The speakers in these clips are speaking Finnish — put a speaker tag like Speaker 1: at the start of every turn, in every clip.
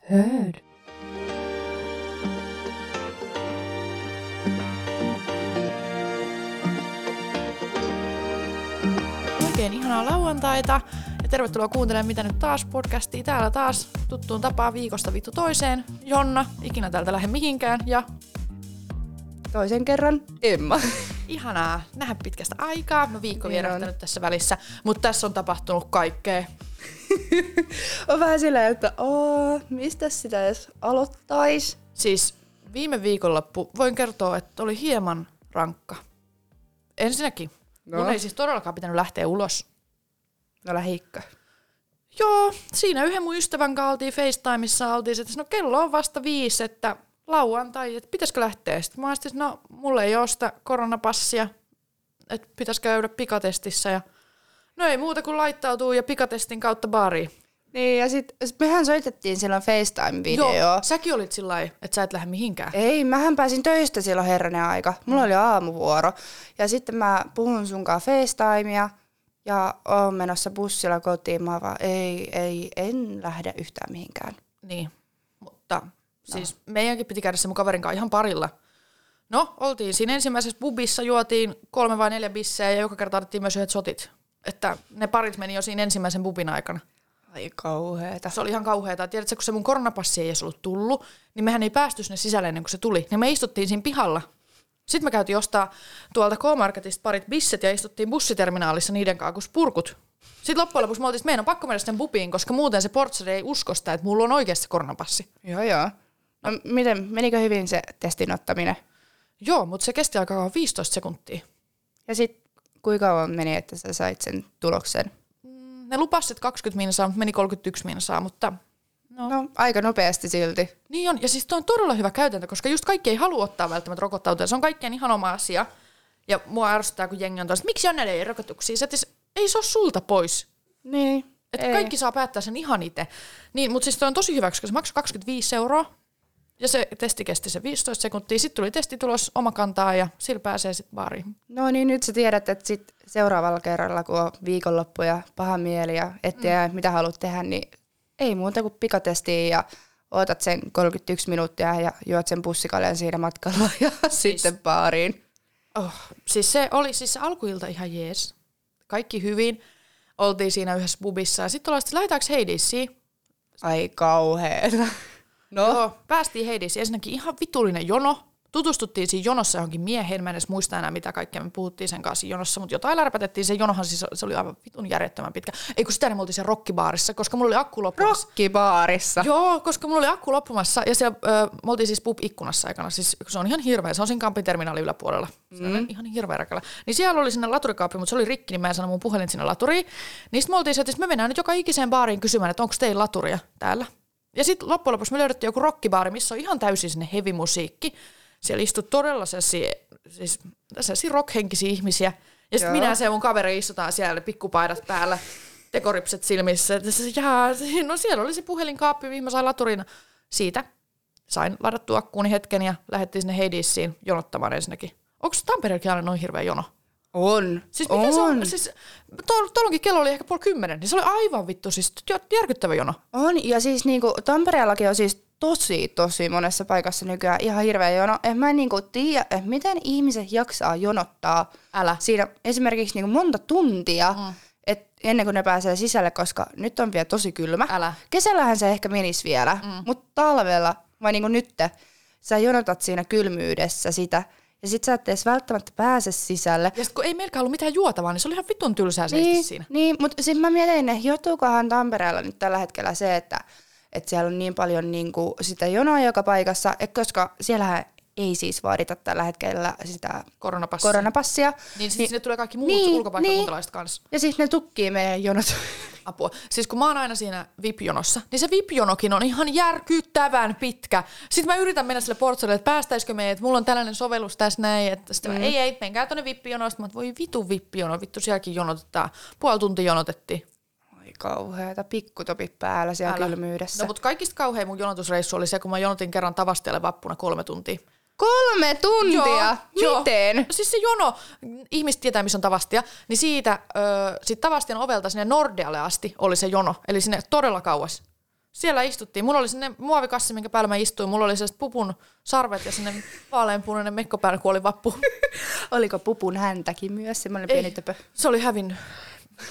Speaker 1: hörd.
Speaker 2: Oikein ihanaa lauantaita ja tervetuloa kuuntelemaan Mitä nyt taas podcastia. Täällä taas tuttuun tapaan viikosta vittu toiseen. Jonna, ikinä täältä lähde mihinkään ja
Speaker 1: Toisen kerran Emma.
Speaker 2: ihanaa nähdä pitkästä aikaa. Mä viikko
Speaker 1: Niin
Speaker 2: vierähtänyt tässä välissä, mutta tässä on tapahtunut kaikkea.
Speaker 1: On vähän silleen, että oo, mistä sitä edes aloittais?
Speaker 2: Siis viime viikonloppu voin kertoa, että oli hieman rankka. Ensinnäkin, no. mun ei siis todellakaan pitänyt lähteä ulos.
Speaker 1: no lähikö.
Speaker 2: Joo, siinä yhden mun ystävän kanssa oltiin FaceTimeissa, oltiin, että no kello on vasta viisi, että lauantai, että pitäisikö lähteä. Sitten mä ajattelin, että no mulla ei ole sitä koronapassia, että pitäisikö käydä pikatestissä ja no ei muuta kuin laittautuu ja pikatestin kautta baariin.
Speaker 1: Niin, ja sit sit mehän soitettiin silloin FaceTime-video.
Speaker 2: säkin olit sillä lailla, että sä et lähde mihinkään.
Speaker 1: Ei, mähän pääsin töistä silloin herranen aika. Mulla oli aamuvuoro. Ja sitten mä puhun sunkaan FaceTimea ja oon menossa bussilla kotiin. Mä oon vaan, ei, ei, en lähde yhtään mihinkään.
Speaker 2: Niin, mutta siis meidänkin piti käydä se mun kaverin kanssa ihan parilla. No, oltiin siinä ensimmäisessä pubissa, juotiin kolme vai neljä bissejä ja joka kerta otettiin myös yhdet sotit. Että ne parit meni jo siinä ensimmäisen pubin aikana.
Speaker 1: Ai kauheeta.
Speaker 2: Se oli ihan kauheata. Tiedätkö, kun se mun koronapassi ei edes ollut tullut, niin mehän ei päästy sinne sisälle ennen kuin se tuli. Niin me istuttiin siinä pihalla. Sitten me käytiin ostaa tuolta K-Marketista parit bisset ja istuttiin bussiterminaalissa niiden kanssa, kun spurkut. Sitten loppujen lopuksi me oltiin, että meidän on pakko mennä sitten pubiin, koska muuten se portsari ei usko sitä, että mulla on oikeasti koronapassi.
Speaker 1: Joo, joo. No, miten, menikö hyvin se testin ottaminen?
Speaker 2: Joo, mutta se kesti aikaa 15 sekuntia.
Speaker 1: Ja sitten kuinka kauan meni, että sä sait sen tuloksen?
Speaker 2: Ne lupasivat 20 minsaa, mutta meni 31 minsaa, mutta
Speaker 1: No, no aika nopeasti silti.
Speaker 2: Niin on, ja siis tuo on todella hyvä käytäntö, koska just kaikki ei halua ottaa välttämättä rokottautua. Se on kaikkien ihan oma asia. Ja mua ärsyttää, kun jengi on tuossa, että miksi on näiden rokotuksia? Sä et edes- ei se ole sulta pois.
Speaker 1: Niin.
Speaker 2: Et
Speaker 1: Ei.
Speaker 2: kaikki saa päättää sen ihan itse. Niin, mutta siis toi on tosi hyvä, koska se maksoi 25 euroa. Ja se testi kesti se 15 sekuntia. Sitten tuli testitulos omakantaa ja sillä pääsee sitten baariin.
Speaker 1: No niin, nyt sä tiedät, että sit seuraavalla kerralla, kun on viikonloppu ja paha mieli ja et tiedä, mm. mitä haluat tehdä, niin ei muuta kuin pikatestiin ja ootat sen 31 minuuttia ja juot sen bussikaleen siinä matkalla ja sitten baariin.
Speaker 2: Oh, siis se oli siis se alkuilta ihan jees. Kaikki hyvin. Oltiin siinä yhdessä pubissa. Ja sitten ollaan, että lähdetäänkö Heidisiin?
Speaker 1: Ai kauheeta.
Speaker 2: No.
Speaker 1: Oh.
Speaker 2: Joo, päästiin Heidisiin. Ensinnäkin ihan vitullinen jono. Tutustuttiin siinä jonossa johonkin mieheen. Mä en edes muista enää, mitä kaikkea me puhuttiin sen kanssa siinä jonossa, mutta jotain lärpätettiin. Se jonohan siis, se oli aivan vitun järjettömän pitkä. Ei kun sitä, niin me oltiin siellä rokkibaarissa, koska mulla oli akku loppumassa.
Speaker 1: Rokkibaarissa.
Speaker 2: Joo, koska mulla oli akku loppumassa ja siellä, ö, me oltiin siis pub-ikkunassa aikana, siis kun se on ihan hirveä, se on siinä kampiterminaalin yläpuolella, mm. ihan hirveä rakalla. Niin siellä oli sinne laturikaappi, mutta se oli rikki, niin mä en saanut mun puhelin sinne laturiin. Niin sit me oltiin sieltä, että me mennään nyt joka ikiseen baariin kysymään, että onko teillä laturia täällä. Ja sitten loppujen lopuksi me löydettiin joku rokkibaari, missä on ihan täysin sinne hevimusiikki. Siellä istui todella sellaisia, siis, sellaisia rockhenkisiä ihmisiä. Ja sitten
Speaker 1: Joo.
Speaker 2: minä ja se mun kaveri istutaan siellä, pikkupaidat päällä, tekoripset silmissä. Ja se, jaa, no siellä oli se puhelinkaappi, mihin mä sain laturin siitä. Sain ladattua akkuuni hetken ja lähdettiin sinne Heidisiin jonottamaan ensinnäkin. Onko Tampereellakin aina noin hirveä jono?
Speaker 1: On.
Speaker 2: Siis mikä
Speaker 1: on.
Speaker 2: se on? Siis, tuolla- tuolloinkin kello oli ehkä puoli kymmenen, niin se oli aivan vittu, siis jär- järkyttävä jono.
Speaker 1: On, ja siis niinku, Tampereellakin on siis tosi, tosi monessa paikassa nykyään ihan hirveä jono. En mä niinku tiedä, että miten ihmiset jaksaa jonottaa
Speaker 2: Älä.
Speaker 1: siinä esimerkiksi niinku monta tuntia, mm. et ennen kuin ne pääsee sisälle, koska nyt on vielä tosi kylmä.
Speaker 2: Älä.
Speaker 1: Kesällähän se ehkä menisi vielä, mm. mutta talvella, vai niinku nyt, sä jonotat siinä kylmyydessä sitä, ja sit sä et edes välttämättä pääse sisälle.
Speaker 2: Ja sitten kun ei meilläkään ollut mitään juotavaa, niin se oli ihan vitun tylsää seistä
Speaker 1: Niin,
Speaker 2: siinä.
Speaker 1: niin mutta sitten mä mietin, että johtuukohan Tampereella nyt tällä hetkellä se, että, että siellä on niin paljon niin kuin, sitä jonoa joka paikassa, et koska siellähän ei siis vaadita tällä hetkellä sitä
Speaker 2: Koronapassi.
Speaker 1: koronapassia.
Speaker 2: Niin sitten niin, sinne tulee kaikki muut
Speaker 1: Niin,
Speaker 2: niin, ulkopaikkakuntalaiset niin. kanssa.
Speaker 1: Ja sitten ne tukkii meidän jonot.
Speaker 2: Apua. Siis kun mä oon aina siinä VIP-jonossa, niin se VIP-jonokin on ihan järkyttävän pitkä. Sitten mä yritän mennä sille portsalle, että päästäisikö me, että mulla on tällainen sovellus tässä näin, että sitten mm. mä, ei, ei, menkää tonne VIP-jonoon. Sitten mä, oon, että voi vitu VIP-jono, vittu sielläkin jonotetaan. Puoli tuntia jonotettiin.
Speaker 1: Ai kauheata, pikkutopit päällä siellä Älä.
Speaker 2: Älä.
Speaker 1: kylmyydessä.
Speaker 2: No mutta kaikista kauhein mun jonotusreissu oli se, kun mä jonotin kerran tavasteelle vappuna kolme tuntia.
Speaker 1: Kolme tuntia?
Speaker 2: joo.
Speaker 1: Miten?
Speaker 2: No siis se jono, ihmiset tietää missä on Tavastia, niin siitä ö, sit Tavastian ovelta sinne Nordealle asti oli se jono, eli sinne todella kauas. Siellä istuttiin. Mulla oli sinne muovikassi, minkä päällä mä istuin. Mulla oli sellaiset pupun sarvet ja sinne vaaleanpunainen mekko päällä, kun oli vappu.
Speaker 1: Oliko pupun häntäkin myös semmoinen
Speaker 2: Ei.
Speaker 1: pieni töpö?
Speaker 2: Se oli hävinnyt.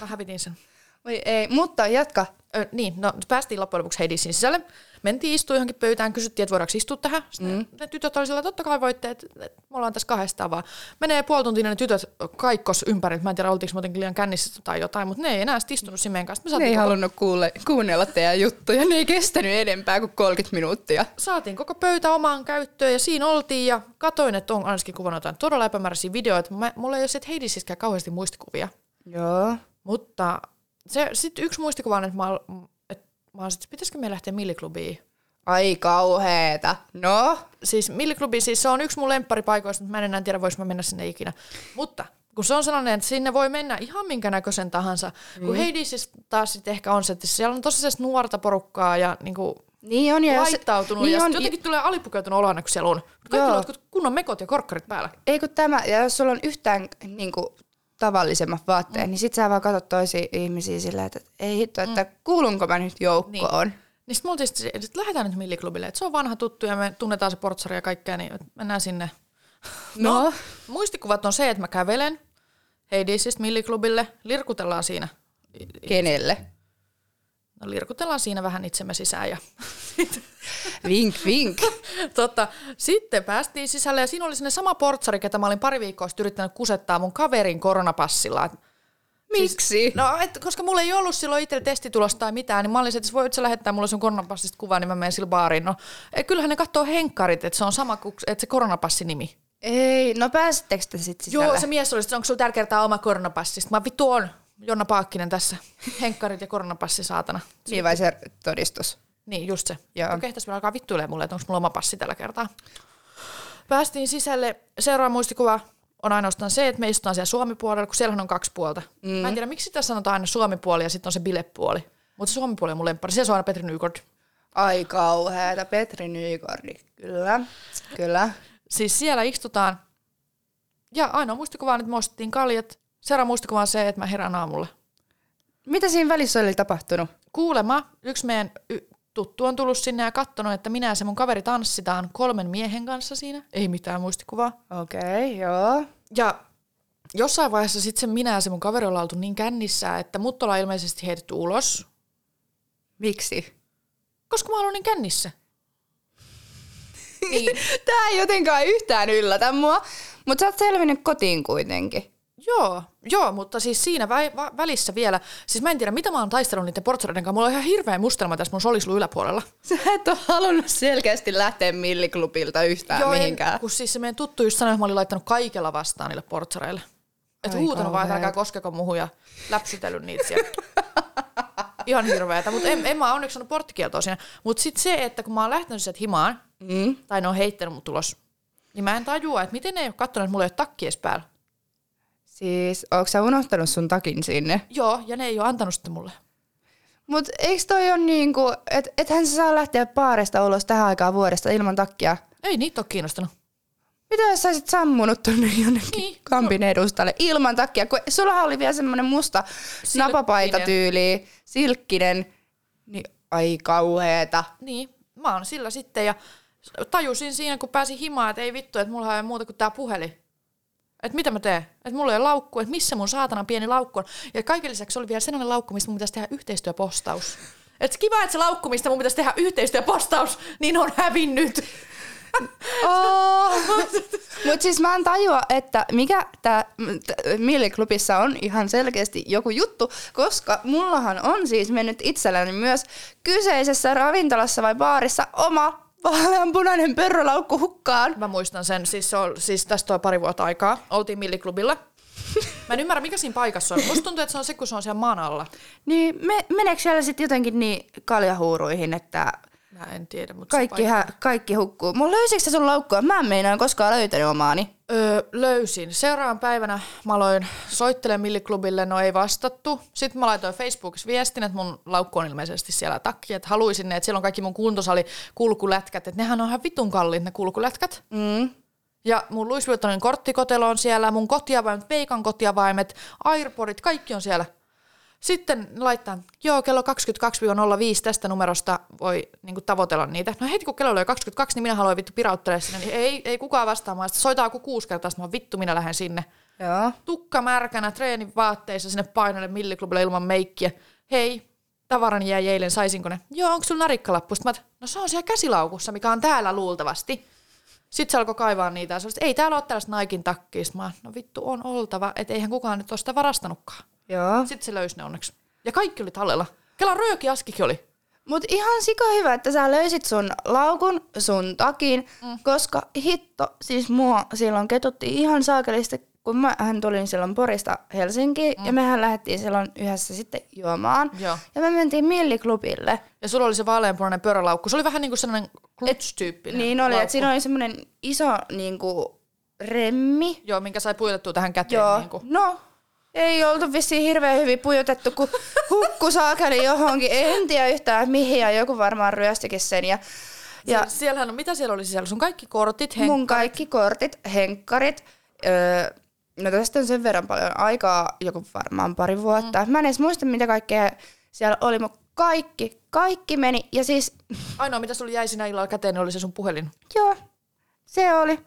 Speaker 2: Mä hävitin sen.
Speaker 1: Voi ei, mutta jatka.
Speaker 2: Ö, niin, no päästiin loppujen lopuksi Hadesin sisälle. Mentiin istua johonkin pöytään, kysyttiin, että voidaanko istua tähän. Sitten mm. ne tytöt oli sillä, että totta kai voitte, että että me ollaan tässä kahdestaan vaan. Menee puoli tuntia, niin ne tytöt kaikkos ympäri. Mä en tiedä, oltiinko me jotenkin liian kännissä tai jotain, mutta ne ei enää sit istunut Simeen kanssa. Me
Speaker 1: Ne
Speaker 2: saatiin,
Speaker 1: ei
Speaker 2: koko,
Speaker 1: halunnut kuule, kuunnella teidän juttuja, ne ei kestänyt enempää kuin 30 minuuttia.
Speaker 2: saatiin koko pöytä omaan käyttöön ja siinä oltiin ja katoin, että on ainakin kuvannut jotain todella epämääräisiä videoita. Mä, mulla ei ole sieltä Hadesiskään siis kauheasti muistikuvia.
Speaker 1: Joo.
Speaker 2: Mutta se, sitten yksi muistikuva on, että mä, ol- että mä olisin, että pitäisikö me lähteä milliklubiin.
Speaker 1: Ai kauheeta. No,
Speaker 2: Siis milliklubi, siis se on yksi mun lempparipaikoista, mutta mä en enää tiedä, vois mä mennä sinne ikinä. Mutta kun se on sellainen, että sinne voi mennä ihan minkä näköisen tahansa. Mm. Kun Heidi siis taas sitten ehkä on se, että siellä on tosi sellaista nuorta porukkaa ja niinku
Speaker 1: niin on. Ja jos-
Speaker 2: laittautunut.
Speaker 1: niin
Speaker 2: ja
Speaker 1: on,
Speaker 2: sit jotenkin tulee alipukeutunut oloa, kun siellä on. Kaikki
Speaker 1: Joo.
Speaker 2: on jotkut kunnon mekot ja korkkarit päällä.
Speaker 1: Ei kun tämä, ja jos sulla on yhtään niin kuin, tavallisemmat vaatteet, mm. niin sit sä vaan katsot toisia ihmisiä silleen, että ei hitto, että
Speaker 2: Mm.
Speaker 1: kuulunko mä nyt joukkoon. Niin.
Speaker 2: Niin sitten me oltiin, sit se, että lähdetään nyt milliklubille, että se on vanha tuttu ja me tunnetaan se portsari ja kaikkea, niin mennään sinne.
Speaker 1: No.
Speaker 2: muistikuvat on se, että mä kävelen Heidisistä milliklubille, lirkutellaan siinä. Niin.
Speaker 1: Kenelle?
Speaker 2: No lirkutellaan siinä vähän itsemme sisään ja
Speaker 1: Vink, vink.
Speaker 2: Totta. tota, Sitten päästiin sisälle ja siinä oli sinne sama portsari, ketä mä olin pari viikkoa sitten yrittänyt kusettaa mun kaverin koronapassilla. Et-
Speaker 1: Miksi? No.
Speaker 2: No, et, koska mulla ei ollut silloin itsellä testitulosta tai mitään, niin mä olin, se, että voit sä lähettää mulle sun koronapassista kuvaa, niin mä menen sillä baariin. No, e, kyllähän ne katsoo henkkarit, että se on sama kuin että se koronapassinimi.
Speaker 1: Ei, no pääsittekö te sit sisälle?
Speaker 2: Joo, se mies oli, että onko sulla tärkeää tämä oma koronapassi? Sitten mä vittu on, Jonna Paakkinen tässä. Henkkarit ja koronapassi, saatana.
Speaker 1: Niin vai se todistus?
Speaker 2: Niin, just se.
Speaker 1: Joo.
Speaker 2: Okei, tässä alkaa vittuilemaan mulle, että onko mulla oma passi tällä kertaa. Päästiin sisälle. Seuraava muistikuva on ainoastaan se, että me istutaan siellä Suomi-puolella, kun siellähän on kaksi puolta. Mm. Mä en tiedä, miksi sitä sanotaan aina Suomi-puoli ja sitten on se bilepuoli. Mutta se Suomi-puoli on mun lemppari. Siellä se on aina Petri Nykort.
Speaker 1: Ai kauheeta, Petri Nykordi. Kyllä, kyllä.
Speaker 2: Siis siellä istutaan. Ja ainoa muistikuva on, että me ostettiin kaljat. Seuraava muistikuva on se, että mä herään aamulla.
Speaker 1: Mitä siinä välissä oli tapahtunut?
Speaker 2: Kuulema, yksi meidän y- tuttu on tullut sinne ja katsonut, että minä ja se mun kaveri tanssitaan kolmen miehen kanssa siinä. Ei mitään muistikuvaa.
Speaker 1: Okei, okay, joo.
Speaker 2: Ja jossain vaiheessa sitten se minä ja se mun kaveri ollaan oltu niin kännissä, että mut ollaan ilmeisesti heitetty ulos,
Speaker 1: Miksi?
Speaker 2: koska mä oon ollut niin kännissä.
Speaker 1: Niin. Tämä ei jotenkaan yhtään yllätä mua, mutta sä oot selvinnyt kotiin kuitenkin.
Speaker 2: Joo, joo, mutta siis siinä vä- va- välissä vielä, siis mä en tiedä mitä mä oon taistellut niiden portsareiden kanssa, mulla on ihan hirveä mustelma tässä mun solisluun yläpuolella.
Speaker 1: Sä et ole halunnut selkeästi lähteä milliklubilta yhtään
Speaker 2: en-
Speaker 1: mihinkään.
Speaker 2: kun siis se meidän tuttu just sanoi, että mä olin laittanut kaikella vastaan niille portsareille. Että
Speaker 1: Ai
Speaker 2: huutanut vaan, että
Speaker 1: kauheeta.
Speaker 2: älkää koskeko muuhun ja läpsytellyt niitä siellä. Ihan hirveetä, mutta en, en mä onneksi saanut porttikieltoa siinä. Mutta sitten se, että kun mä oon lähtenyt sieltä himaan,
Speaker 1: Mm.
Speaker 2: tai ne on heittänyt mut ulos, niin mä en tajua, että miten ne ei ole kattonut, että mulla ei ole takki edes päällä.
Speaker 1: Siis, onko sä unohtanut sun takin sinne?
Speaker 2: Joo, ja ne ei ole antanut sitä mulle.
Speaker 1: Mut eikö toi on niinku, et, ethän sä saa lähteä baarista ulos tähän aikaan vuodesta ilman takkia?
Speaker 2: Ei niitä ole kiinnostanut.
Speaker 1: Mitä jos sä olisit sammunut tonne jonnekin
Speaker 2: Niin.
Speaker 1: niin. kampin edustalle ilman takia? Kun sullahan oli vielä semmonen musta
Speaker 2: Silkkinen.
Speaker 1: napapaita tyyli, silkkinen, niin ai kauheeta.
Speaker 2: Niin, mä oon sillä sitten ja tajusin siinä, kun pääsin himaan, että ei vittu, että mulla ei ole muuta kuin tää puhelin. Että mitä mä teen? Että mulla ei ole laukku, että missä mun saatanan pieni laukku on. Ja kaiken lisäksi oli vielä sellainen laukku, mistä mun pitäisi tehdä yhteistyöpostaus. Et kiva, että se laukku, mistä mun pitäisi tehdä yhteistyöpostaus, niin on hävinnyt.
Speaker 1: Oh. Mutta siis mä en tajua, että mikä tämä Mieliklubissa on ihan selkeästi joku juttu, koska mullahan on siis mennyt itselläni myös kyseisessä ravintolassa vai baarissa oma vaaleanpunainen pörrölaukku hukkaan.
Speaker 2: Mä muistan sen, siis, se on, siis tästä on pari vuotta aikaa. Oltiin milliklubilla. Mä en ymmärrä, mikä siinä paikassa on. Musta tuntuu, että se on se, kun se on siellä maan alla.
Speaker 1: Niin me, meneekö siellä sitten jotenkin niin kaljahuuruihin, että
Speaker 2: Mä en tiedä, mutta se
Speaker 1: kaikki, hä, kaikki hukkuu? Mun löysitkö sä sun laukkua? Mä en meinaan koskaan löytänyt omaani.
Speaker 2: Öö, löysin. Seuraavan päivänä mä aloin soittelemaan milliklubille, no ei vastattu. Sitten mä laitoin Facebookissa viestin, että mun laukku on ilmeisesti siellä takki, että haluaisin ne, että siellä on kaikki mun kuntosali kulkulätkät, että nehän on ihan vitun kalliit ne kulkulätkät.
Speaker 1: Mm.
Speaker 2: Ja mun Louis Vuittonin korttikotelo on siellä, mun kotiavaimet, Veikan kotiavaimet, Airpodit, kaikki on siellä. Sitten laittaa, joo, kello 22-05 tästä numerosta voi niinku tavoitella niitä. No heti kun kello oli 22, niin minä haluan vittu pirauttelee sinne. Niin ei, ei kukaan vastaamaan. Sitten soitaa joku kuusi kertaa, sitten mä oon, vittu minä lähden sinne.
Speaker 1: Joo.
Speaker 2: Tukka märkänä, treenin vaatteissa sinne painoille milliklubille ilman meikkiä. Hei, tavarani jäi eilen, saisinko ne? Joo, onko sulla narikkalappu? Sitten mä, et, no se on siellä käsilaukussa, mikä on täällä luultavasti. Sitten se alkoi kaivaa niitä ja se oli, että ei täällä ole tällaista Naikin takkia. Sitten mä, no vittu on oltava, että eihän kukaan nyt ole sitä varastanutkaan.
Speaker 1: Joo.
Speaker 2: Sitten se löysi ne onneksi. Ja kaikki oli tallella. Kela rööki askikin oli.
Speaker 1: Mutta ihan sika hyvä, että sä löysit sun laukun sun takin, mm. koska hitto, siis mua silloin ketutti ihan saakelisti, kun mähän tulin silloin Porista Helsinkiin mm. ja mehän lähdettiin silloin yhdessä sitten juomaan.
Speaker 2: Joo.
Speaker 1: Ja me mentiin milliklubille.
Speaker 2: Ja sulla oli se vaaleanpunainen pörölaukku. Se oli vähän niin kuin sellainen klutsch-tyyppinen
Speaker 1: Niin oli,
Speaker 2: laukku.
Speaker 1: että siinä oli semmoinen iso niinku, remmi.
Speaker 2: Joo, minkä sai puilettua tähän käteen.
Speaker 1: Joo.
Speaker 2: Niin kuin.
Speaker 1: No, ei oltu vissiin hirveän hyvin pujotettu, kun hukku saakeli johonkin. En tiedä yhtään mihin ja joku varmaan ryöstikin sen. Ja, ja
Speaker 2: Ja siellähän on, mitä siellä oli siellä? Sun kaikki kortit, hen...
Speaker 1: mun kaikki kortit, henkkarit. Öö, no tästä on sen verran paljon aikaa, joku varmaan
Speaker 2: Mm.
Speaker 1: pari vuotta. Mä en edes muista, mitä kaikkea siellä oli, mutta kaikki, kaikki meni. Ja siis,
Speaker 2: ainoa mitä sulla jäi sinä illalla käteen, niin oli se sun puhelin.
Speaker 1: joo, se oli.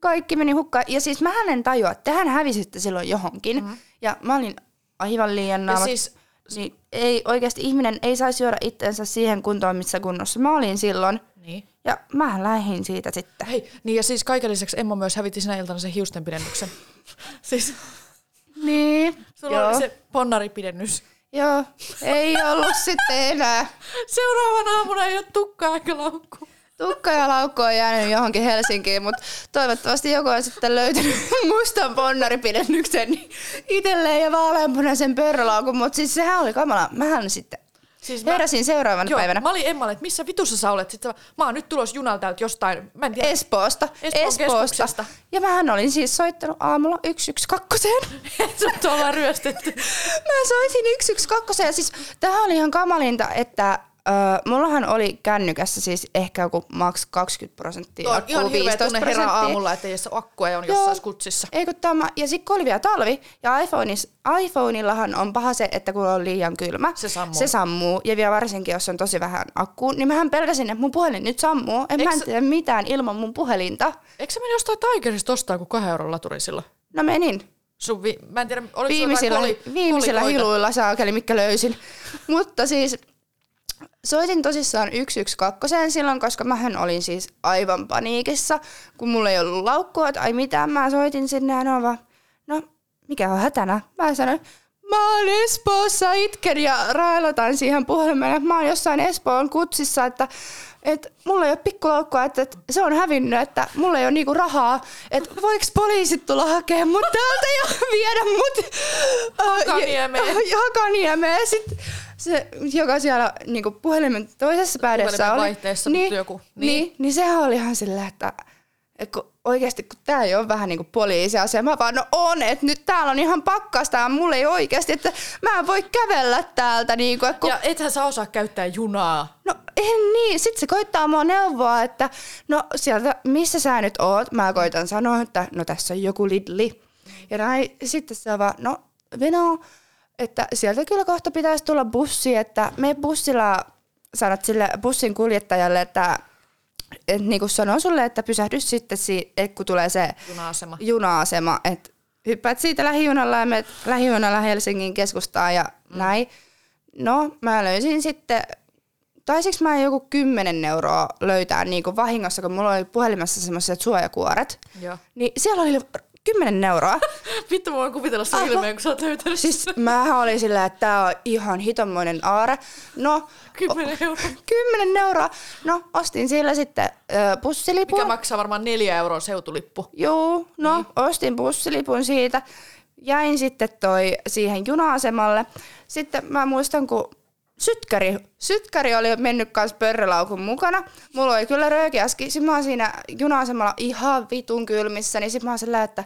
Speaker 1: Kaikki meni hukkaan. Ja siis mä en tajua, että tehän hävisitte silloin johonkin. Mm. Ja mä olin aivan liian
Speaker 2: Ja
Speaker 1: naamat.
Speaker 2: siis,
Speaker 1: Niin ei oikeasti ihminen ei saisi syödä itsensä siihen kuntoon, missä kunnossa mä olin silloin.
Speaker 2: niin.
Speaker 1: Ja mä lähdin siitä sitten.
Speaker 2: Hei, niin ja siis kaiken lisäksi Emma myös hävitti sinä iltana sen hiustenpidennyksen. siis
Speaker 1: Niin.
Speaker 2: sulla
Speaker 1: Joo.
Speaker 2: oli se ponnaripidennys.
Speaker 1: Joo, ei ollut sitten enää.
Speaker 2: Seuraavana aamuna ei ole tukkaa eikä laukku.
Speaker 1: Tukka ja laukku on jäänyt johonkin Helsinkiin, mutta toivottavasti joku on sitten löytänyt mustan ponnaripidennyksen niin itselleen ja vaaleanpunaisen pörrölaukun. Mutta siis sehän oli kamala. Mähän sitten
Speaker 2: Siis
Speaker 1: heräsin seuraavana
Speaker 2: Joo,
Speaker 1: päivänä
Speaker 2: mä olin Emmalle, että missä vitussa sä olet? Sitten mä, mä oon nyt tulos junalta että jostain, mä en tiedä.
Speaker 1: Espoosta.
Speaker 2: Espoon
Speaker 1: Espoosta.
Speaker 2: keskuksesta.
Speaker 1: Ja mähän olin siis soittanut aamulla 112.
Speaker 2: Sut ollaan ryöstetty.
Speaker 1: Mä soisin 112 ja siis tämähän oli ihan kamalinta, että äh, mullahan oli kännykässä siis ehkä joku maks 20 prosenttia,
Speaker 2: Tuo on ihan
Speaker 1: akkuu
Speaker 2: hirveä
Speaker 1: 15
Speaker 2: tunne herää
Speaker 1: prosenttia.
Speaker 2: aamulla, että ei ole akkua ja on
Speaker 1: Joo.
Speaker 2: jossain skutsissa.
Speaker 1: Ei kun tämä, ja sitten kun oli vielä talvi, ja iPhoneis, iPhoneillahan on paha se, että kun on liian kylmä,
Speaker 2: Se sammuu.
Speaker 1: se sammuu. Ja vielä varsinkin, jos on tosi vähän akkuu, niin mähän pelkäsin, että mun puhelin nyt sammuu. En Eks... mä en
Speaker 2: Eiks-
Speaker 1: tiedä mitään ilman mun puhelinta.
Speaker 2: Eikö sä meni jostain Tigerista ostaa kuin kahden euron laturi silloin?
Speaker 1: No menin.
Speaker 2: Sun vi- mä en tiedä, oliko
Speaker 1: viimeisillä,
Speaker 2: sulla jotain koli-
Speaker 1: viimeisillä
Speaker 2: kolikoita?
Speaker 1: hiluilla saakeli, mikä löysin. Mutta siis soitin tosissaan 112 silloin, koska mähän olin siis aivan paniikissa, kun mulla ei ollut laukkua tai mitään. Mä soitin sinne ja ne on vaan, no mikä on hätänä? Mä sanoin, mä oon Espoossa itken ja railotan siihen puhelimeen, että mä oon jossain Espoon kutsissa, että et mulla ei ole pikkulaukkua, että et se on hävinnyt, että mulla ei ole niinku rahaa, että voiko poliisit tulla hakemaan mut täältä ja viedä mut äh,
Speaker 2: Hakaniemeen.
Speaker 1: ja- ja Hakaniemeen. Sitten se, joka siellä niinku puhelimen toisessa päädessä
Speaker 2: Puhelimen
Speaker 1: oli.
Speaker 2: vaihteessa vittu joku.
Speaker 1: Niin.
Speaker 2: Niin.
Speaker 1: niin, niin sehän oli ihan sillä, että et kun oikeasti kun tää ei ole vähän niinku poliisiasema, vaan no on, että nyt täällä on ihan pakkasta ja mulla ei oikeasti, että mä en voi kävellä täältä. Niinku, et kun
Speaker 2: Ja ethän sä osaa käyttää junaa.
Speaker 1: No en niin. Sitten se koittaa mua neuvoa, että no sieltä, missä sä nyt oot? Mä koitan sanoa, että no tässä on joku Lidli. Ja näin, sitten se on vaan, no Veno, että sieltä kyllä kohta pitäisi tulla bussi, että me bussilla sanot sille bussin kuljettajalle, että et niin kuin sanoo sulle, että pysähdy sitten, si- et kun tulee se
Speaker 2: Juna-asema.
Speaker 1: juna-asema, että hyppäät siitä lähijunalla ja menet lähijunalla Helsingin keskustaan ja näin. No, mä löysin sitten, taisinko mä joku 10 euroa löytää niin kuin vahingossa, kun mulla oli puhelimessa semmoiset suojakuoret.
Speaker 2: Joo.
Speaker 1: Niin siellä oli 10 euroa.
Speaker 2: Vittu mä voin kuvitella sun
Speaker 1: Aivan.
Speaker 2: ilmeen, kun sä oot löytänyt
Speaker 1: Siis mä olin sillä, että tää on ihan hitommoinen aare. No,
Speaker 2: kymmenen euroa.
Speaker 1: 10 euroa. No, ostin sillä sitten ö, bussilipun.
Speaker 2: Mikä maksaa varmaan neljä euroa seutulippu.
Speaker 1: Juu, no niin. ostin bussilipun siitä. Jäin sitten toi siihen juna-asemalle. Sitten mä muistan, kun sytkäri, sytkäri oli mennyt kans pörrölaukun mukana. Mulla oli kyllä röökiäski. Sitten mä oon siinä juna-asemalla ihan vitun kylmissä, niin sitten mä oon sillä, että...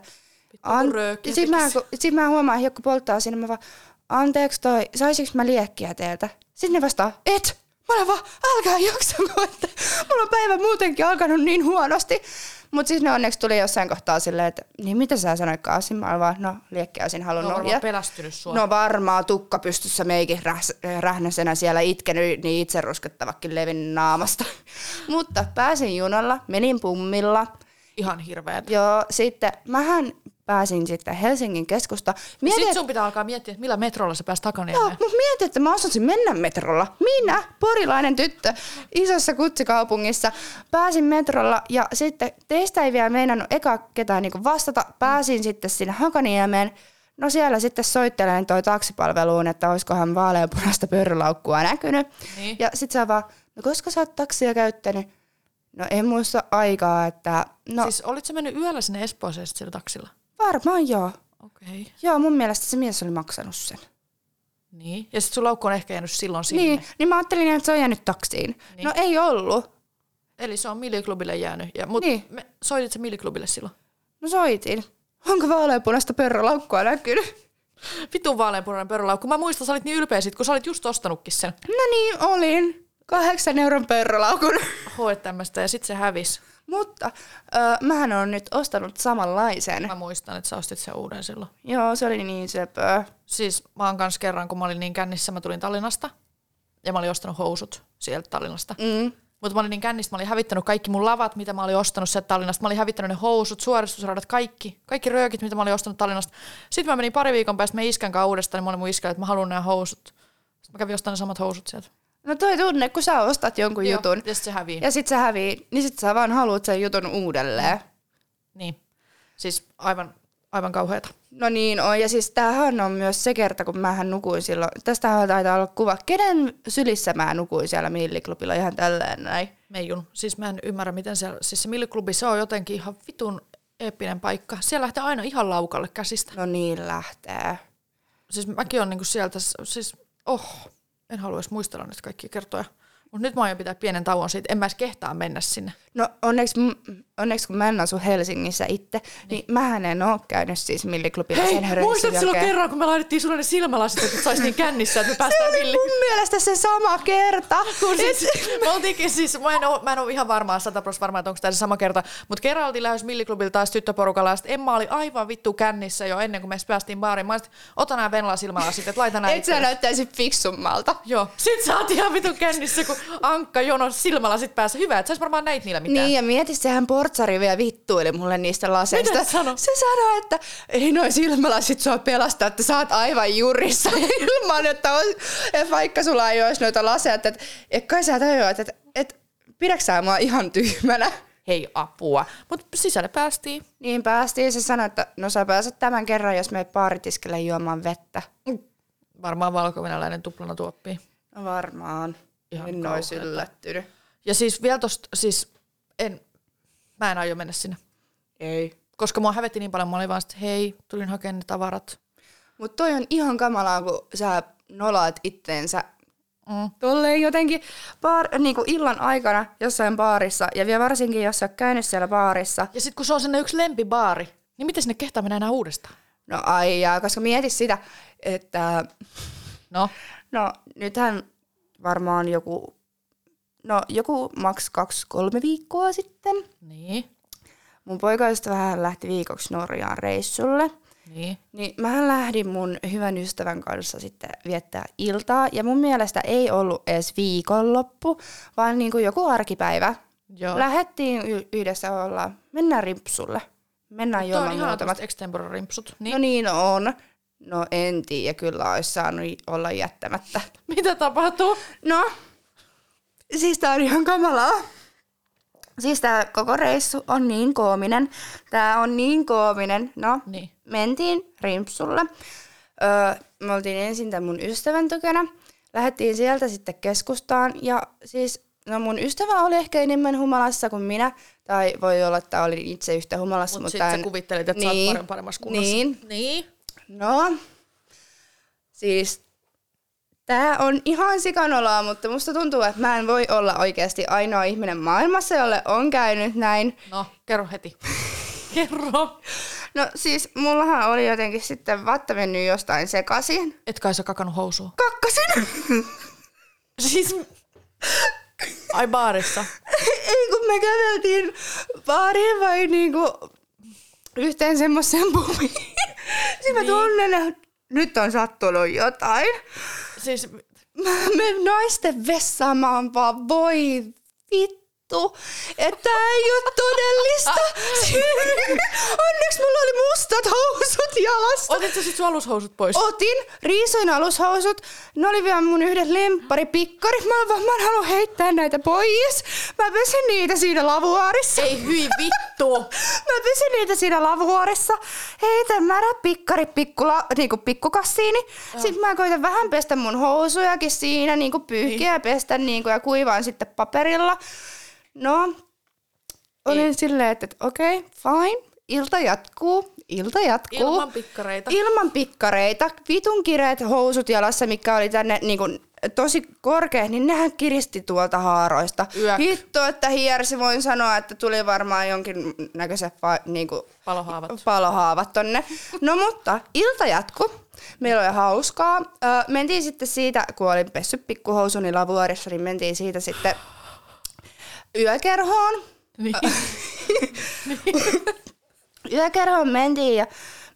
Speaker 2: kun röökiä
Speaker 1: Sitten mä,
Speaker 2: tekisi.
Speaker 1: kun- sit mä huomaan, että joku polttaa siinä, mä vaan, anteeksi toi, saisinko mä liekkiä teiltä? Sitten ne vastaa, et! Mä olen vaan, älkää jaksako, että mulla on päivä muutenkin alkanut niin huonosti. Mutta siis ne onneksi tuli jossain kohtaa silleen, että niin mitä sä sanoitkaan Asim? Mä olin vaan, no liekkiä olisin
Speaker 2: No,
Speaker 1: halunnut.
Speaker 2: varmaan
Speaker 1: Ja-
Speaker 2: pelästynyt sua.
Speaker 1: No varmaan tukka pystyssä meikin räs- rähnäsenä siellä itkenyt, niin itse ruskettavakin levin naamasta. Mutta pääsin junalla, menin pummilla.
Speaker 2: Ihan hirveet.
Speaker 1: Joo, sitten mähän pääsin sitten Helsingin keskusta. Mietin,
Speaker 2: Sitten
Speaker 1: että,
Speaker 2: No sun pitää alkaa miettiä, että millä metrolla sä pääst
Speaker 1: joo,
Speaker 2: takaniemeen.
Speaker 1: mut mietin, että mä osasin mennä metrolla. Minä, porilainen tyttö, isossa kutsikaupungissa, pääsin metrolla ja sitten teistä ei vielä meinannut eka ketään niinku vastata. Pääsin sitten sinne Hakaniemeen. No siellä sitten soittelen toi taksipalveluun, että olisikohan vaaleanpunaista pörrölaukkua näkynyt.
Speaker 2: Niin.
Speaker 1: Ja sitten se on vaan, no koska sä oot taksia käyttänyt? No en muista aikaa, että no
Speaker 2: No. Siis olit sä mennyt yöllä sinne Espooseen sit sillä taksilla?
Speaker 1: varmaan joo.
Speaker 2: Okei. Okay.
Speaker 1: Joo, mun mielestä se mies oli maksanut sen.
Speaker 2: Niin. Ja sit sun laukku on ehkä jäänyt silloin sinne.
Speaker 1: Niin, niin mä ajattelin, että se on jäänyt taksiin.
Speaker 2: Niin.
Speaker 1: Niin. No ei ollut.
Speaker 2: Eli se on Miliklubille jäänyt. Ja, mut niin.
Speaker 1: Niin.
Speaker 2: me, soitit sä Miliklubille silloin?
Speaker 1: No soitin. Onko vaaleanpunaista pörrölaukkua näkynyt?
Speaker 2: Vitun vaaleanpunainen pörrölaukku. Mä muistan, sä olit niin ylpeä sit, kun sä olit just ostanutkin sen.
Speaker 1: No niin, olin. Kahdeksan euron pörrölaukun.
Speaker 2: Hoe tämmöstä ja sit se hävis.
Speaker 1: Mutta öö, mähän on nyt ostanut samanlaisen.
Speaker 2: Mä muistan, että sä ostit sen uuden silloin.
Speaker 1: Joo, se oli niin söpöä.
Speaker 2: Siis mä oon kans kerran, kun mä olin niin kännissä, mä tulin Tallinnasta. Ja mä olin ostanut housut sieltä Tallinnasta.
Speaker 1: Mm.
Speaker 2: Mutta mä olin niin kännistä, mä olin hävittänyt kaikki mun lavat, mitä mä olin ostanut sieltä Tallinnasta. Mä olin hävittänyt ne housut, suoristusradat, kaikki. Kaikki röökit, mitä mä olin ostanut Tallinnasta. Sitten mä menin pari viikon päästä meidän iskän kanssa uudestaan, niin mä olin mun iskällä, että mä haluan nämä housut. Sitten mä kävin ostamaan ne samat housut sieltä.
Speaker 1: No toi tunne, kun sä ostat jonkun Joo. Niin. jutun
Speaker 2: Ja sit se hävii.
Speaker 1: ja sit se hävii, niin sit sä vaan haluat sen jutun uudelleen.
Speaker 2: Niin. Siis aivan, aivan kauheeta.
Speaker 1: No niin on, ja siis tämähän on myös se kerta, kun mähän nukuin silloin. Tästähän taitaa olla kuva, kenen sylissä mä nukuin siellä milliklubilla ihan tälleen näin.
Speaker 2: Meijun. Siis mä en ymmärrä, miten siellä, siis se milliklubi, se on jotenkin ihan vitun eeppinen paikka. Siellä lähtee aina ihan laukalle käsistä.
Speaker 1: No niin lähtee.
Speaker 2: siis mäkin on niinku sieltä, s- siis oh, en haluaisi muistella nyt kaikkia kertoja. Mutta nyt mä aion pitää pienen tauon siitä, en mä edes kehtaa mennä sinne.
Speaker 1: No onneksi, m- onneksi kun mä en asu Helsingissä itse, niin, niin mähän en oo käynyt siis milliklubilla sen hörönsyn jälkeen.
Speaker 2: kerran, kun me laitettiin sulle ne silmälasit, että sais niin kännissä, että me päästään
Speaker 1: Oli mun mielestä se sama kerta.
Speaker 2: Kun siis, me oltiinkin siis, mä en, oo, mä en oo ihan varmaa, 100 prosenttia varma, että onko tämä se sama kerta, mutta kerran oltiin lähes milliklubilta taas tyttöporukalla, ja sit Emma oli aivan vittu kännissä jo ennen kuin me edes päästiin baariin. Mä olisin, ota nämä Venla silmälasit, että laita nämä
Speaker 1: Et sä näyttäisi fiksummalta.
Speaker 2: Joo. Sitten sä oot ihan vitun kännissä, kun Ankka jonon silmälasit päässä. Hyvä, että sä ois varmaan näit niillä mitään.
Speaker 1: Niin, ja mieti, sehän portsari vielä vittuili mulle niistä laseista.
Speaker 2: Mitä se sanoi?
Speaker 1: Se sanoi, että ei noin silmälasit sua pelastaa, että sä oot aivan jurissa ilman, että, on, että vaikka sulla ei olisi noita laseja, että, että, että kai sä tajuat, että, että pidäks sä mua ihan tyhmänä.
Speaker 2: hei apua. Mutta sisälle päästiin.
Speaker 1: Niin päästiin, se sanoi, että no sä pääset tämän kerran, jos me paaritiskelle juomaan vettä.
Speaker 2: Varmaan valko-venäläinen tuplana tuoppi.
Speaker 1: No varmaan.
Speaker 2: Ihan
Speaker 1: en ois
Speaker 2: kauheeta.
Speaker 1: yllättynyt.
Speaker 2: Ja siis vielä tosta, siis en, mä en aio mennä sinne.
Speaker 1: Ei.
Speaker 2: Koska mua hävetti niin paljon, mä olin vaan sit, hei, tulin hakemaan ne tavarat.
Speaker 1: Mutta toi on ihan kamalaa, kun sä nolaat itteensä
Speaker 2: Mm.
Speaker 1: tolleen jotenkin baar, niin kuin illan aikana jossain baarissa, ja vielä varsinkin, jos sä oot käynyt siellä baarissa.
Speaker 2: Ja sit kun se on sinne yksi lempibaari, niin miten sinne kehtaa mennä enää uudestaan?
Speaker 1: No ai jaa, koska mieti sitä, että
Speaker 2: No,
Speaker 1: no nythän varmaan joku, no joku maks kaksi kolme viikkoa sitten.
Speaker 2: niin,
Speaker 1: Mun poikaista vähän lähti viikoksi Norjaan reissulle.
Speaker 2: niin.
Speaker 1: Niin mähän lähdin mun hyvän ystävän kanssa sitten viettää iltaa. Ja mun mielestä ei ollut edes viikonloppu, vaan niin kuin joku arkipäivä.
Speaker 2: Joo.
Speaker 1: Lähettiin y- yhdessä olla. Mennään rimpsulle. Mennään
Speaker 2: Tuo on
Speaker 1: jollain
Speaker 2: ihan
Speaker 1: muutama.
Speaker 2: tämmöiset extempore rimpsut. Niin.
Speaker 1: No niin on. No en tiedä, kyllä olisi saanut olla jättämättä.
Speaker 2: niin. Mitä tapahtuu?
Speaker 1: No, siis tää on ihan kamalaa. Siis tää koko reissu on niin koominen. Tää on niin koominen. No,
Speaker 2: Niin.
Speaker 1: mentiin rimpsulle. Öö, me oltiin ensin tämän mun ystävän tykönä. Lähdettiin sieltä sitten keskustaan ja siis no mun ystävä oli ehkä enemmän humalassa kuin minä. Tai voi olla, että olin itse yhtä humalassa.
Speaker 2: Mutta
Speaker 1: mutta
Speaker 2: sit sä
Speaker 1: en-
Speaker 2: kuvittelit, että sä oot
Speaker 1: Niin.
Speaker 2: parem- paremmassa kunnossa.
Speaker 1: Niin.
Speaker 2: Niin.
Speaker 1: No, siis tämä on ihan sikanolaa, mutta musta tuntuu, että mä en voi olla oikeasti ainoa ihminen maailmassa, jolle on käynyt näin.
Speaker 2: No, kerro heti. kerro.
Speaker 1: No siis mullahan oli jotenkin sitten vatta mennyt jostain sekaisin.
Speaker 2: Et kai sä kakannut housua.
Speaker 1: Kakkasin!
Speaker 2: Siis... Ai baarissa.
Speaker 1: Ei kun me käveltiin baariin vai niinku yhteen semmoiseen pubiin. Sitten mä
Speaker 2: Niin.
Speaker 1: tunnen, että nyt on sattunut jotain.
Speaker 2: Siis
Speaker 1: Mä menen naisten vessaan, mä oon vaan, voi vittu, että tää ei oo todellista. Onneksi mulla oli mustat housut jalassa.
Speaker 2: otitko sit sun alushousut pois?
Speaker 1: Otin, riisuin alushousut, ne oli vielä mun yhdet lempparipikkarit, mä oon vaan, mä en halua heittää näitä pois. Mä pesin niitä siinä lavuaarissa.
Speaker 2: Ei hyi vittu.
Speaker 1: Mä pesin niitä siinä lavuorissa. Heitän märä pikkari pikkula, niinku pikkukassiini. Sitten mä koitan vähän pestä mun housujakin siinä, niinku pyyhkiä ja pestä niinku, ja kuivaan sitten paperilla. No, olin silleen, että, että okei, okay, fine. Ilta jatkuu, ilta jatkuu.
Speaker 2: Ilman pikkareita.
Speaker 1: Ilman pikkareita. Vitun kireet housut jalassa, mikä oli tänne niinku, tosi korkeat, niin nehän kiristi tuolta haaroista.
Speaker 2: Yök.
Speaker 1: Hitto, että hiersi. Voin sanoa, että tuli varmaan jonkin näköiset fa- niinku,
Speaker 2: Palohaavat.
Speaker 1: palohaavat tonne. No mutta, ilta jatku. Meillä oli hauskaa. Ö, mentiin sitten siitä, kun olin pessyt pikkuhousuni lavuorissa, niin mentiin siitä sitten yökerhoon.
Speaker 2: Niin.
Speaker 1: yökerhoon mentiin ja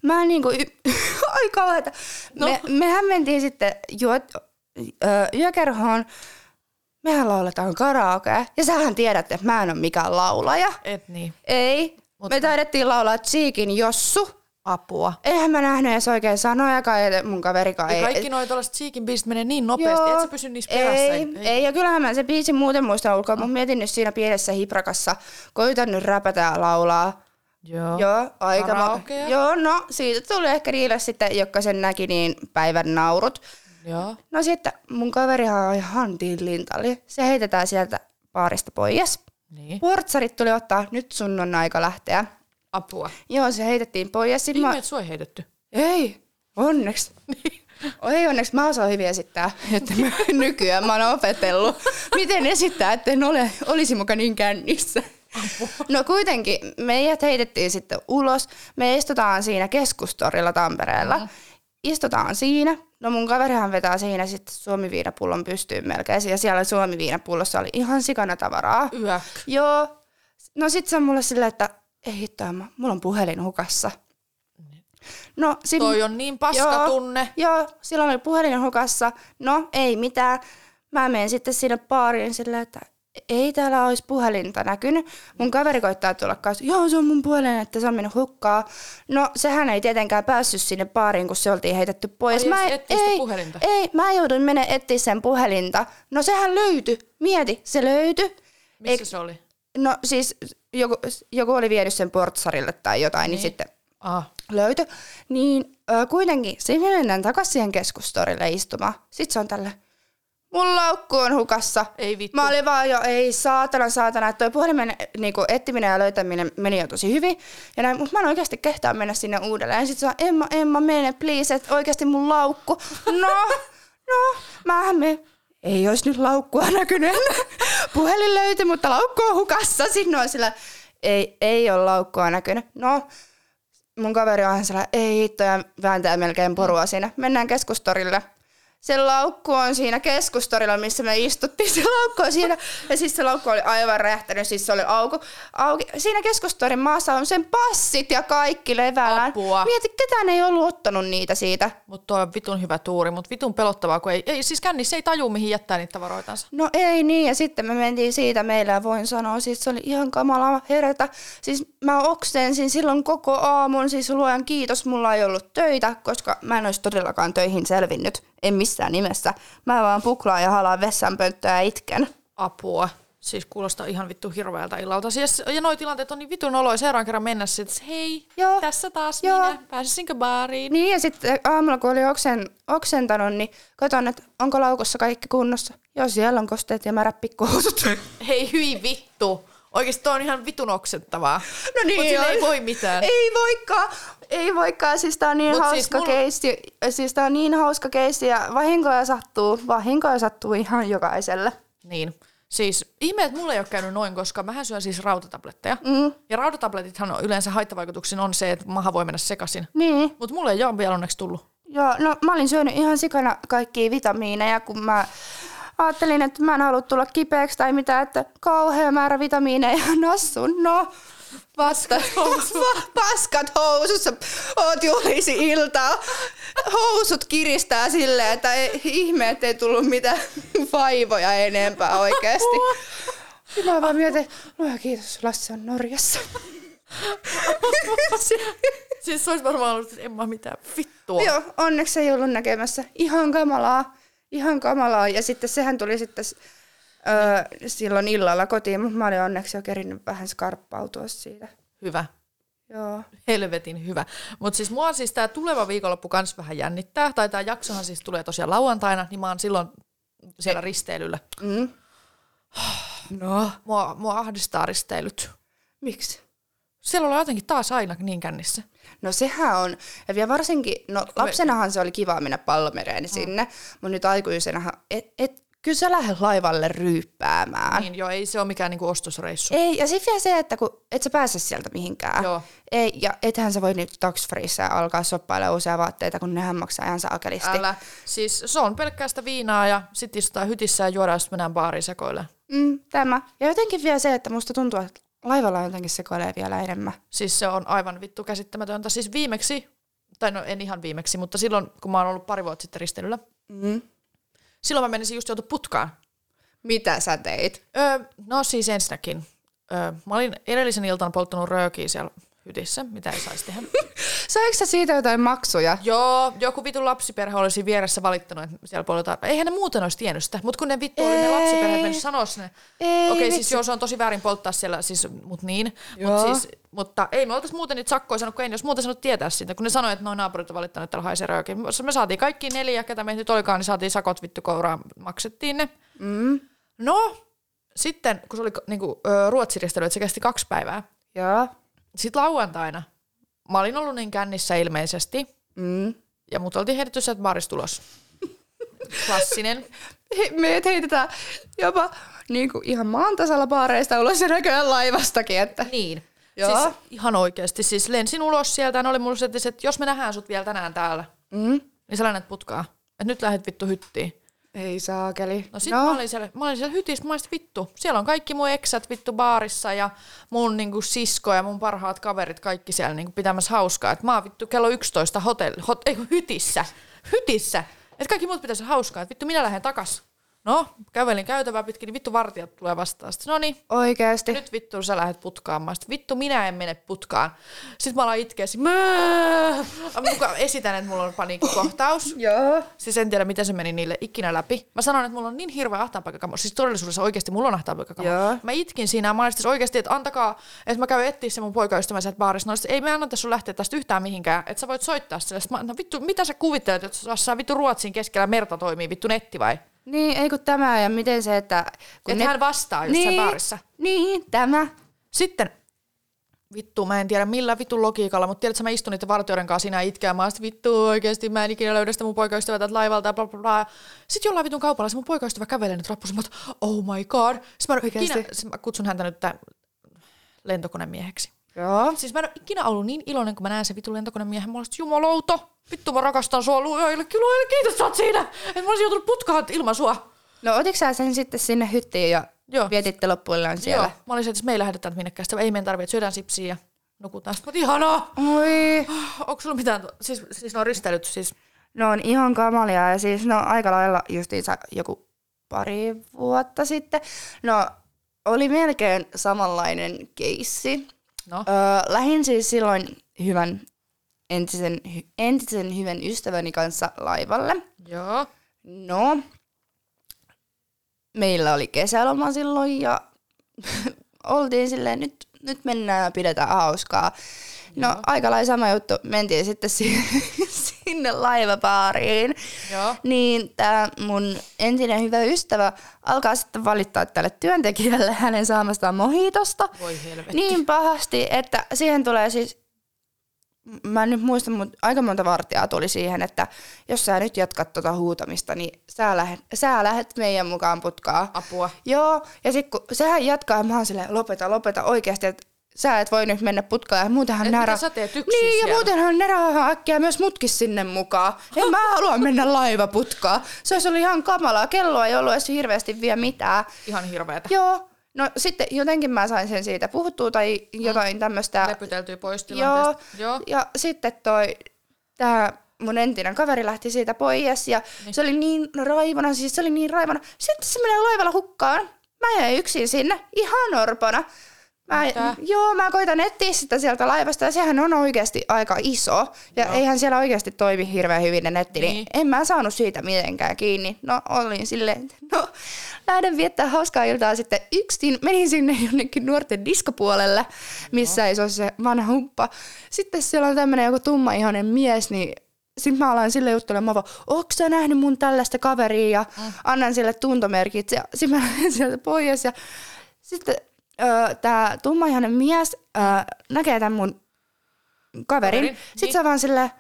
Speaker 1: mä niinku, y- ai kauheeta.
Speaker 2: No.
Speaker 1: Me, mehän mentiin sitten juot, ö, yökerhoon, mehän lauletaan karaokea ja sähän tiedät, että mä en ole mikään laulaja.
Speaker 2: Et niin.
Speaker 1: Ei, Mutta. me taidettiin laulaa Cheekin Jossu.
Speaker 2: Apua.
Speaker 1: Eihän mä nähnyt edes oikein sanojakaan, ja mun kaverikaan
Speaker 2: Ja
Speaker 1: ei.
Speaker 2: kaikki noi tollaset siikin biisit menee niin nopeasti,
Speaker 1: Joo,
Speaker 2: et sä pysy niissä perässä.
Speaker 1: Ei, ei. ei, ja kyllähän mä se biisi muuten muistan ulkoa, mutta mietin nyt siinä pienessä hiprakassa, koitan nyt räpätä ja laulaa.
Speaker 2: Joo.
Speaker 1: Joo, aika ma-
Speaker 2: Karaokea?
Speaker 1: Joo, no siitä tuli ehkä niille sitten, jotka sen näki, niin päivän naurut.
Speaker 2: Joo.
Speaker 1: No sitten mun kaverihan on ihan tillintali. Se heitetään sieltä baarista pois.
Speaker 2: Niin.
Speaker 1: Portsarit tuli ottaa, nyt sun on aika lähteä.
Speaker 2: Apua.
Speaker 1: Joo, se heitettiin pois. Sitten
Speaker 2: Ihme,
Speaker 1: mä-
Speaker 2: et sua ei heitetty.
Speaker 1: Ei, onneksi. Ei onneksi, mä osaan hyvin esittää, että mä nykyään mä oon opetellut, miten esittää, että en ole, olisi muka niin kännissä. No kuitenkin, meidät heitettiin sitten ulos. Me istutaan siinä keskustorilla Tampereella. Istutaan siinä. No mun kaverihan vetää siinä sitten suomiviinapullon pystyyn melkein. Ja siellä suomiviinapullossa oli ihan sikana tavaraa.
Speaker 2: Yök.
Speaker 1: Joo. No sit se on mulle silleen, että ei hittoa, mä- mulla on puhelin hukassa. No, sit,
Speaker 2: Toi on niin paska tunne.
Speaker 1: Joo, joo, silloin oli puhelin hukassa. No, ei mitään. Mä menen sitten sinne baariin silleen, että ei täällä olisi puhelinta näkynyt. Mun kaveri koittaa tulla kanssa, joo se on mun puhelin, että se on mennyt hukkaa. No sehän ei tietenkään päässyt sinne baariin, kun se oltiin heitetty pois.
Speaker 2: Ai,
Speaker 1: mä
Speaker 2: jos etsii sitä
Speaker 1: ei,
Speaker 2: puhelinta?
Speaker 1: ei, mä jouduin mennä etsiä sen puhelinta. No sehän löytyi, mieti, se löytyi.
Speaker 2: Missä se oli?
Speaker 1: No siis joku, joku oli vienyt sen portsarille tai jotain, niin, niin sitten
Speaker 2: Ah.
Speaker 1: löytö. Niin ö, kuitenkin, siinä me mennään takaisin siihen keskustorille istumaan. Sitten se on tällä, mun laukku on hukassa.
Speaker 2: Ei vittu.
Speaker 1: Mä olin vaan jo, ei saatana, saatana, että toi puhelimen niin etsiminen ja löytäminen meni jo tosi hyvin. Ja näin, mutta mä en oikeasti kehtaa mennä sinne uudelleen. Sitten se on, Emma, Emma, mene, please, että oikeasti mun laukku. No, no, mä me ei olisi nyt laukkua näkynyt enää. Puhelin löytyi, mutta laukku on hukassa. Sitten on sillä, ei, ei ole laukkua näkynyt. No, mun kaveri on aina sellainen, ei hitto, ja vääntää melkein porua siinä. Mennään keskustorille. Se laukku on siinä keskustorilla, missä me istuttiin. Se laukku on siinä. Ja siis se laukku oli aivan räjähtänyt, siis se oli auki. auki. Siinä keskustorin maassa on sen passit ja kaikki levällään.
Speaker 2: Apua.
Speaker 1: Mieti, ketään ei ollut ottanut niitä siitä.
Speaker 2: Mut toi on vitun hyvä tuuri, mut vitun pelottavaa, kun ei, ei siis kännissä ei taju, mihin jättää niitä tavaroitansa.
Speaker 1: No ei niin, ja sitten me mentiin siitä meillä, ja voin sanoa, siis se oli ihan kamala herätä. Siis mä oksensin silloin koko aamun, siis luojan kiitos, mulla ei ollut töitä, koska mä en olisi todellakaan töihin selvinnyt, en missään nimessä. Mä vaan puklaan ja halaan vessanpönttöä ja itken.
Speaker 2: Apua. Siis kuulostaa ihan vittu hirveältä illalta. Siis, ja noi tilanteet on niin vitun oloja seuraavan kerran mennä sit, että hei,
Speaker 1: Joo.
Speaker 2: Joo. tässä taas
Speaker 1: Joo.
Speaker 2: Joo. minä, pääsisinkö baariin?
Speaker 1: Niin, ja sitten aamulla kun oli oksen, oksentanut, niin katon, että onko laukossa kaikki kunnossa. Joo, siellä on kosteet ja märät pikkuhousut.
Speaker 2: Hei hyi vittu. Oikeesti toi on ihan vitun oksettavaa.
Speaker 1: No niin
Speaker 2: Mut sille ei
Speaker 1: on.
Speaker 2: voi mitään.
Speaker 1: Ei voikaan, ei voikaan. Siis tää on niin
Speaker 2: Mut
Speaker 1: Mut
Speaker 2: siis
Speaker 1: hauska siis
Speaker 2: mulla-
Speaker 1: keissi. Siis tää on niin hauska keissi ja vahinkoja sattuu. Vahinkoja sattuu ihan jokaiselle.
Speaker 2: Niin. Siis ihme, että mulla ei ole käynyt noin, koska mähän syön siis rautatabletteja. Mm. Ja rautatabletithan on yleensä haittavaikutuksin on se, että maha voi mennä sekaisin.
Speaker 1: Niin.
Speaker 2: Mutta mulle ei ole vielä onneksi tullut.
Speaker 1: Joo, no mä olin syönyt ihan sikana kaikkia vitamiineja, kun mä ajattelin, että mä en halua tulla kipeäksi tai mitä, että kauhea määrä vitamiineja nassun. No, vasta paskat housussa, oot juhlisi iltaa. Housut kiristää silleen, että ei, ihme, että ei tullut mitään vaivoja enempää oikeasti. Ja mä vaan mietin, no kiitos, Lasse on Norjassa.
Speaker 2: Siis se olisi varmaan ollut, että en mä mitään vittua.
Speaker 1: Joo, onneksi ei ollut näkemässä. Ihan kamalaa. Ihan kamalaa. Ja sitten sehän tuli sitten s- öö, silloin illalla kotiin, mutta mä olin onneksi jo kerinnyt vähän skarppautua siitä.
Speaker 2: Hyvä.
Speaker 1: Joo.
Speaker 2: Helvetin hyvä. Mutta siis mua siis tämä tuleva viikonloppu kans vähän jännittää, tai tämä jaksohan siis tulee tosiaan lauantaina, niin mä oon silloin siellä risteilyllä.
Speaker 1: Mm. No.
Speaker 2: Mua, mua ahdistaa risteilyt.
Speaker 1: Miksi?
Speaker 2: Siellä ollaan jotenkin taas aina niin kännissä.
Speaker 1: No sehän on. Ja vielä varsinkin, no lapsenahan se oli kiva mennä pallomereen sinne, mutta nyt aikuisenahan, et, et, kyllä sä lähdet laivalle ryyppäämään.
Speaker 2: Niin joo, ei se ole mikään niinku ostosreissu.
Speaker 1: Ei, ja sitten vielä se, että kun et sä pääse sieltä mihinkään.
Speaker 2: Joo.
Speaker 1: Ei, ja ethän sä voi nyt taksfreissa alkaa soppailla uusia vaatteita, kun nehän maksaa ihan saakelisti.
Speaker 2: Älä. Siis se on pelkkää sitä viinaa ja sit istutaan hytissä ja juodaan ja sit mennään baariin sekoille.
Speaker 1: Mm, tämä. Ja jotenkin vielä se, että musta tuntuu, että laivalla on jotenkin sekoilee vielä enemmän.
Speaker 2: Siis se on aivan vittu käsittämätöntä. Siis viimeksi, tai no en ihan viimeksi, mutta silloin kun mä oon ollut pari vuotta sitten risteilyllä,
Speaker 1: Mm.
Speaker 2: silloin mä menisin just joutu putkaan.
Speaker 1: Mitä sä teit?
Speaker 2: Öö, no siis ensinnäkin. Öö, mä olin edellisen iltana polttanut röökiä siellä hytissä, mitä ei saisi tehdä.
Speaker 1: Saiko sä siitä jotain maksuja?
Speaker 2: Joo, joku vitun lapsiperhe olisi vieressä valittanut, että siellä poltetaan. Eihän ne muuten olisi tiennyt sitä, mutta kun ne vittu oli ne
Speaker 1: Ei.
Speaker 2: lapsiperheet mennyt sanoa sinne.
Speaker 1: Ei
Speaker 2: Okei,
Speaker 1: vitsi.
Speaker 2: siis joo, se on tosi väärin polttaa siellä, siis, mut niin. Mut
Speaker 1: Joo.
Speaker 2: siis, mutta ei me oltaisi muuten niitä sakkoja sanonut, kun ei ne olisi muuten sanonut tietää siitä. Kun ne sanoi, että noin naapurit on valittanut, että täällä haisee röökiä. Me saatiin kaikki neljä, ketä meitä nyt olikaan, niin saatiin sakot vittu kouraan, maksettiin ne.
Speaker 1: Mm.
Speaker 2: No, sitten kun se oli niinku, ruotsiristely, että se kesti kaksi päivää.
Speaker 1: Joo.
Speaker 2: Sitten lauantaina mä olin ollut niin kännissä ilmeisesti,
Speaker 1: Mm.
Speaker 2: ja mut oltiin heitetty sieltä baarista ulos. Klassinen.
Speaker 1: He, meidät heitetään jopa niin kuin ihan maan tasalla baareista ulos ja näköjään laivastakin. Että.
Speaker 2: Niin.
Speaker 1: Joo.
Speaker 2: Siis ihan oikeasti. Siis lensin ulos sieltä ja ne oli mulle se, että jos me nähdään sut vielä tänään täällä,
Speaker 1: Mm.
Speaker 2: niin sä lennät putkaa. Et nyt lähdet vittu hyttiin.
Speaker 1: Ei saakeli.
Speaker 2: No sit no. mä olin siellä, mä olin siellä hytissä, mä olin, sit, vittu. Siellä on kaikki mun eksät vittu baarissa ja mun niinku sisko ja mun parhaat kaverit kaikki siellä niinku pitämässä hauskaa. Et mä oon vittu kello 11 hotel, hot, ei kun hytissä, hytissä. Et kaikki muut pitäisi hauskaa, et vittu minä lähden takas. No, kävelin käytävää pitkin, niin vittu vartijat tulee vastaan. Sitten, no niin,
Speaker 1: Oikeesti.
Speaker 2: nyt vittu sä lähdet putkaan. Mä sit, vittu minä en mene putkaan. Sitten mä alan itkeä, sit, "Mää!" Mä muka esitän, että mulla on paniikkikohtaus.
Speaker 1: Joo.
Speaker 2: Siis en tiedä, miten se meni niille ikinä läpi. Mä sanoin, että mulla on niin hirveä ahtaanpaikkakamo. Siis todellisuudessa oikeasti mulla on ahtaanpaikkakamo.
Speaker 1: Joo.
Speaker 2: Mä itkin siinä ja mä olin siis oikeasti, että antakaa, että mä käyn etsiä se mun poikaystävä sieltä baarista. No, ei me anneta sun lähteä tästä yhtään mihinkään, että sä voit soittaa sille. Sitten Mä, no vittu, mitä sä kuvittelet, että jossain vittu Ruotsin keskellä merta toimii vittu netti vai?
Speaker 1: Niin, ei kun tämä ja miten se, että...
Speaker 2: Kun
Speaker 1: Kun
Speaker 2: että hän vastaa jossain
Speaker 1: niin,
Speaker 2: baarissa.
Speaker 1: Niin, tämä.
Speaker 2: Sitten vittu, mä en tiedä millä vitun logiikalla, mutta tiedätkö, mä istun niiden vartijoiden kanssa siinä ja itkeä, ja mä oon sit, vittu oikeesti, mä en ikinä löydä sitä mun poikaystävää täältä laivalta ja bla bla bla. Sitten jollain vitun kaupalla se mun poikaystävä kävelee nyt rappusen, mä oon, oh my god. Sitten mä, en oo ikinä,
Speaker 1: Oikeesti?
Speaker 2: sit mä kutsun häntä nyt tää lentokonemieheksi.
Speaker 1: Joo.
Speaker 2: Siis mä en ole ikinä ollut niin iloinen, kun mä näen sen vitun lentokonemiehen. Mä olen jumalauta, vittu mä rakastan sua, luojalle, kyllä, kiitos sä oot siinä. Et mä olisin joutunut putkaan ilman sua.
Speaker 1: No otiks sä sen sitten sinne hyttiin ja
Speaker 2: Joo.
Speaker 1: vietitte loppuillaan siellä?
Speaker 2: Joo, mä olin se, että me ei lähdetä minnekään, sitä ei meidän tarvitse, että syödään sipsiä ja nukutaan. Sitten mä oon, ihanaa.
Speaker 1: Oi,
Speaker 2: Onko sulla mitään, to- siis, siis no risteilyt, siis
Speaker 1: no on ihan kamalia ja siis no aika lailla justiinsa joku pari vuotta sitten. No oli melkein samanlainen keissi.
Speaker 2: no,
Speaker 1: Öö, lähin siis silloin hyvän entisen, hy- entisen hyvän ystäväni kanssa laivalle.
Speaker 2: joo,
Speaker 1: No, meillä oli kesäloma silloin ja oltiin silleen, nyt, nyt mennään ja pidetään hauskaa. No, aika lailla sama juttu. Mentiin sitten si- sinne laivapaariin.
Speaker 2: joo,
Speaker 1: Niin tämä mun entinen hyvä ystävä alkaa sitten valittaa tälle työntekijälle hänen saamastaan mohitosta.
Speaker 2: voi helvetti.
Speaker 1: Niin pahasti, että siihen tulee siis, mä en nyt muista, mutta aika monta vartijaa tuli siihen, että jos sä nyt jatkat tota huutamista, niin sä lähet, sä lähet meidän mukaan putkaa.
Speaker 2: Apua.
Speaker 1: Joo, ja sit kun sehän jatkaa, ja mä oon silleen, lopeta, lopeta oikeasti, että sä et voi nyt mennä putkalle ja muutenhan
Speaker 2: Et
Speaker 1: nämä
Speaker 2: mitä
Speaker 1: ra-
Speaker 2: sä teet yksin
Speaker 1: Niin ja
Speaker 2: siellä?
Speaker 1: muutenhan ne rahaa äkkiä myös mutkin sinne mukaan. En mä halua mennä laivaputkaan. Se olisi ollut ihan kamalaa. Kelloa ei ollut edes hirveästi vielä mitään.
Speaker 2: Ihan hirveetä.
Speaker 1: Joo. No sitten jotenkin mä sain sen siitä puhuttua tai jotain tämmöistä.
Speaker 2: Lepyteltyy pois
Speaker 1: Joo.
Speaker 2: Mm. tilanteesta. Joo.
Speaker 1: Ja sitten toi, tää mun entinen kaveri lähti siitä pois ja niin. se oli niin raivana, siis se oli niin raivana. Sitten se menee laivalla hukkaan. Mä jäin yksin sinne, ihan orpana. Mä,
Speaker 2: Mitä?
Speaker 1: joo, mä koitan etsiä sitä sieltä laivasta ja sehän on oikeasti aika iso. Ja joo. eihän siellä oikeasti toimi hirveän hyvin ne netti, niin.
Speaker 2: Niin.
Speaker 1: niin en mä saanut siitä mitenkään kiinni. No olin silleen, että no lähden viettää hauskaa iltaa sitten yksin. Menin sinne jonnekin nuorten diskopuolelle, missä ei se ole se vanha humppa. Sitten siellä on tämmöinen joku tummaihoinen mies, niin sitten mä alan sille juttelemaan, mä vaan, ootko sä nähnyt mun tällaista kaveria ja annan sille tuntomerkit. Ja sitten mä lähden sieltä pois ja sitten öö, tämä tummaihoinen mies öö, näkee tämän mun kaverin.
Speaker 2: Kaverin,
Speaker 1: kaverin sitten
Speaker 2: niin.
Speaker 1: niin. se vaan silleen,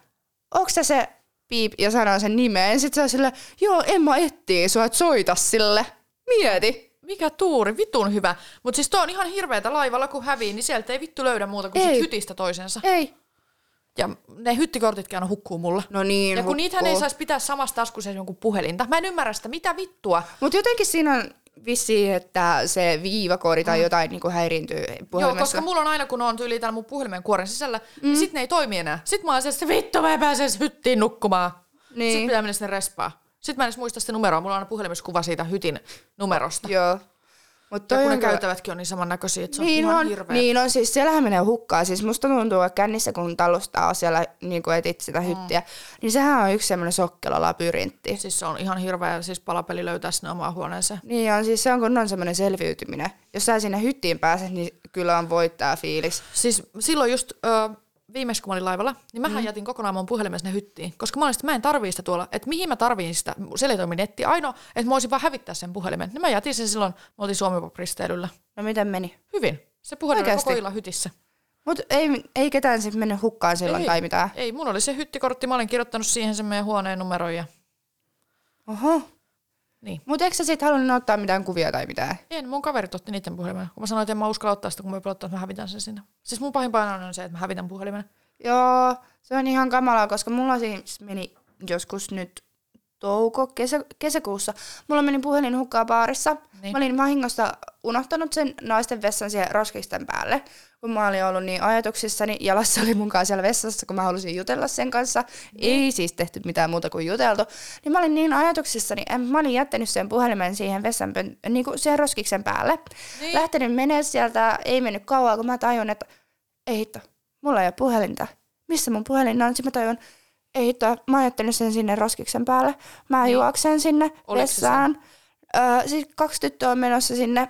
Speaker 1: onks se se piip ja sanoo sen nimeen. Sitten se on silleen, joo Emma etsii sua, et soita sille. Mieti.
Speaker 2: Mikä tuuri, vitun hyvä. Mutta siis toi on ihan hirveetä laivalla, kun hävii, niin sieltä ei vittu löydä muuta kuin
Speaker 1: Ei.
Speaker 2: sit hytistä toisensa.
Speaker 1: Ei.
Speaker 2: Ja ne hyttikortitkin aina hukkuu mulla.
Speaker 1: No niin,
Speaker 2: ja kun niitähän ei saisi pitää samassa taskussa edes jonkun puhelinta. Mä en ymmärrä sitä, mitä vittua.
Speaker 1: Mutta jotenkin siinä on vissiin, että se viivakoodi tai jotain niinku häiriintyy
Speaker 2: Mm. Joo,
Speaker 1: puhelimessa.
Speaker 2: koska mulla on aina, kun on tyyli täällä mun puhelimen kuoren sisällä, mm. niin sit ne ei toimi enää. Sit mä oon siellä, että vittu mä en pääse edes hyttiin nukkumaan.
Speaker 1: Niin.
Speaker 2: Sit pitää mennä sinne respaa. Sit mä en edes muista sitä numeroa. Mulla on aina puhelimessa kuva siitä hytin numerosta.
Speaker 1: Joo. Mut
Speaker 2: Ja
Speaker 1: Niin, toi
Speaker 2: kun ne
Speaker 1: on kyllä-
Speaker 2: käytävätkin on niin samannäköisiä, että se on
Speaker 1: niin
Speaker 2: ihan
Speaker 1: on,
Speaker 2: hirveä.
Speaker 1: Niin on, siis siellähän menee hukkaan. Siis musta tuntuu, että kännissä kun tallustaa siellä, niin kun etit
Speaker 2: Mm.
Speaker 1: sitä hyttiä, niin sehän on yksi semmoinen sokkelolabyrintti.
Speaker 2: Siis se on ihan hirveä siis palapeli löytää sinne omaan huoneeseen.
Speaker 1: Niin on, siis se on kunnon semmoinen selviytyminen. Jos sä sinne hyttiin pääset, niin kyllä on voittaa fiilis.
Speaker 2: Siis silloin just ö, viimeksi, kun mä olin laivalla, niin mähän mm. jätin kokonaan mun puhelimen sinne hyttiin. Koska mä olin sitä, mä en tarvii sitä tuolla. Että mihin mä tarviin sitä? Siellä ei toimi netti. Ainoa, että mä voisin vaan hävittää sen puhelimen. Niin mä jätin sen silloin, me oltiin Suomi-risteilyllä.
Speaker 1: No miten meni?
Speaker 2: Hyvin. Se puhelin oli
Speaker 1: Oikeasti?
Speaker 2: koko illan hytissä.
Speaker 1: Mut ei, ei ketään sitten mennyt hukkaan silloin
Speaker 2: Ei.
Speaker 1: ei. tai mitään.
Speaker 2: Ei, mun oli se hyttikortti. Mä olin kirjoittanut siihen sen meidän huoneen numeron ja
Speaker 1: Oho.
Speaker 2: niin.
Speaker 1: Mut eikö sä sit halunnut ottaa mitään kuvia tai mitään?
Speaker 2: En, mun kaverit otti niiden puhelimen. Kun mä sanoin, että en mä uskalla ottaa sitä, kun mä pelottaa, että mä hävitän sen sinne. Siis mun pahin paino on se, että mä hävitän puhelimen.
Speaker 1: Joo, se on ihan kamalaa, koska mulla siis meni joskus nyt touko, kesä, kesäkuussa. Mulla meni puhelin hukkaa baarissa.
Speaker 2: Niin.
Speaker 1: Niin. Mä olin vahingossa unohtanut sen naisten vessan siihen roskisten päälle, kun mä olin ollut niin ajatuksissani. Ja Lasse oli mun kanssa siellä vessassa, kun mä halusin jutella sen kanssa. Niin. Ei siis tehty mitään muuta kuin juteltu. Niin mä olin niin ajatuksissani, että mä olin jättänyt sen puhelimen siihen vessan, niin kuin siihen roskiksen päälle.
Speaker 2: Niin.
Speaker 1: Niin. Lähtenyt menee sieltä, ei mennyt kauan, kun mä tajun, että ei hitto, mulla ei ole puhelinta. Missä mun puhelin on? Sitten mä tajun, ei hitto, mä oon jättänyt sen sinne roskiksen päälle. Mä niin. juoksen sinne
Speaker 2: Oliko se
Speaker 1: vessaan. Öö, Sitten kaksi tyttöä on menossa sinne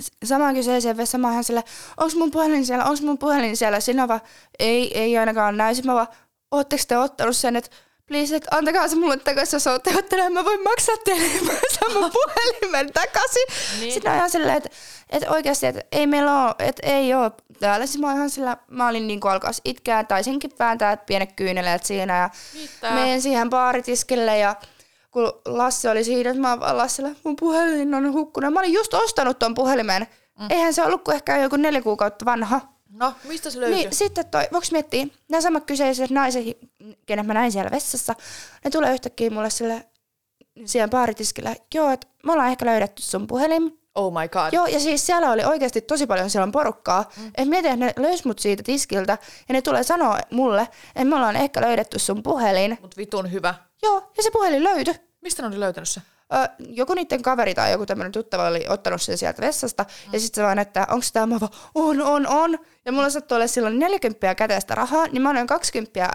Speaker 1: s- samaan kyseiseen vessaan. Mä oon ihan sillä, onks mun puhelin siellä, onks mun puhelin siellä? Siinä on vaan, ei, ei ainakaan näy. Sitten mä vaan, ootteko te ottanut sen, että please, että antakaa se mulle takaisin, jos ootte ottanut, mä voin maksaa teille, mä saan mun puhelimen takaisin.
Speaker 2: Niin.
Speaker 1: Niin. Sitten mä oon ihan silleen, että, että oikeasti, että ei meillä ole, että ei ole täällä. Siis mä oon ihan sillä, mä olin niin kuin alkaas itkeä, taisinkin vääntää pienet kyyneleet siinä ja
Speaker 2: Mitä?
Speaker 1: menen siihen baaritiskille ja kun Lasse oli siinä, että mä oon vaan Lassella, mun puhelin on hukkunut. Mä olin just ostanut ton puhelimen. Mm. Eihän se ollut kuin ehkä joku neljä kuukautta vanha.
Speaker 2: No, mistä se löytyy?
Speaker 1: Niin, sitten toi, voiko miettiä, nämä samat kyseiset naiset, kenet mä näin siellä vessassa, ne tulee yhtäkkiä mulle sille siellä baaritiskillä, joo, että me ollaan ehkä löydetty sun puhelin.
Speaker 2: Oh my god.
Speaker 1: Joo, ja siis siellä oli oikeasti tosi paljon siellä on porukkaa. Mm. Et mietin, että ne löysi mut siitä tiskiltä, ja ne tulee sanoa mulle, että me ollaan ehkä löydetty sun puhelin.
Speaker 2: Mut vitun hyvä.
Speaker 1: Joo, ja se puhelin löytyi.
Speaker 2: Mistä ne oli löytänyt se?
Speaker 1: Ö, joku niiden kaveri tai joku tämmöinen tuttava oli ottanut sen sieltä vessasta. Mm. Ja sitten se vaan, että onko tämä mä vaan, on, on, on. Ja mulla sattui olla silloin 40 käteistä rahaa, niin mä annoin 20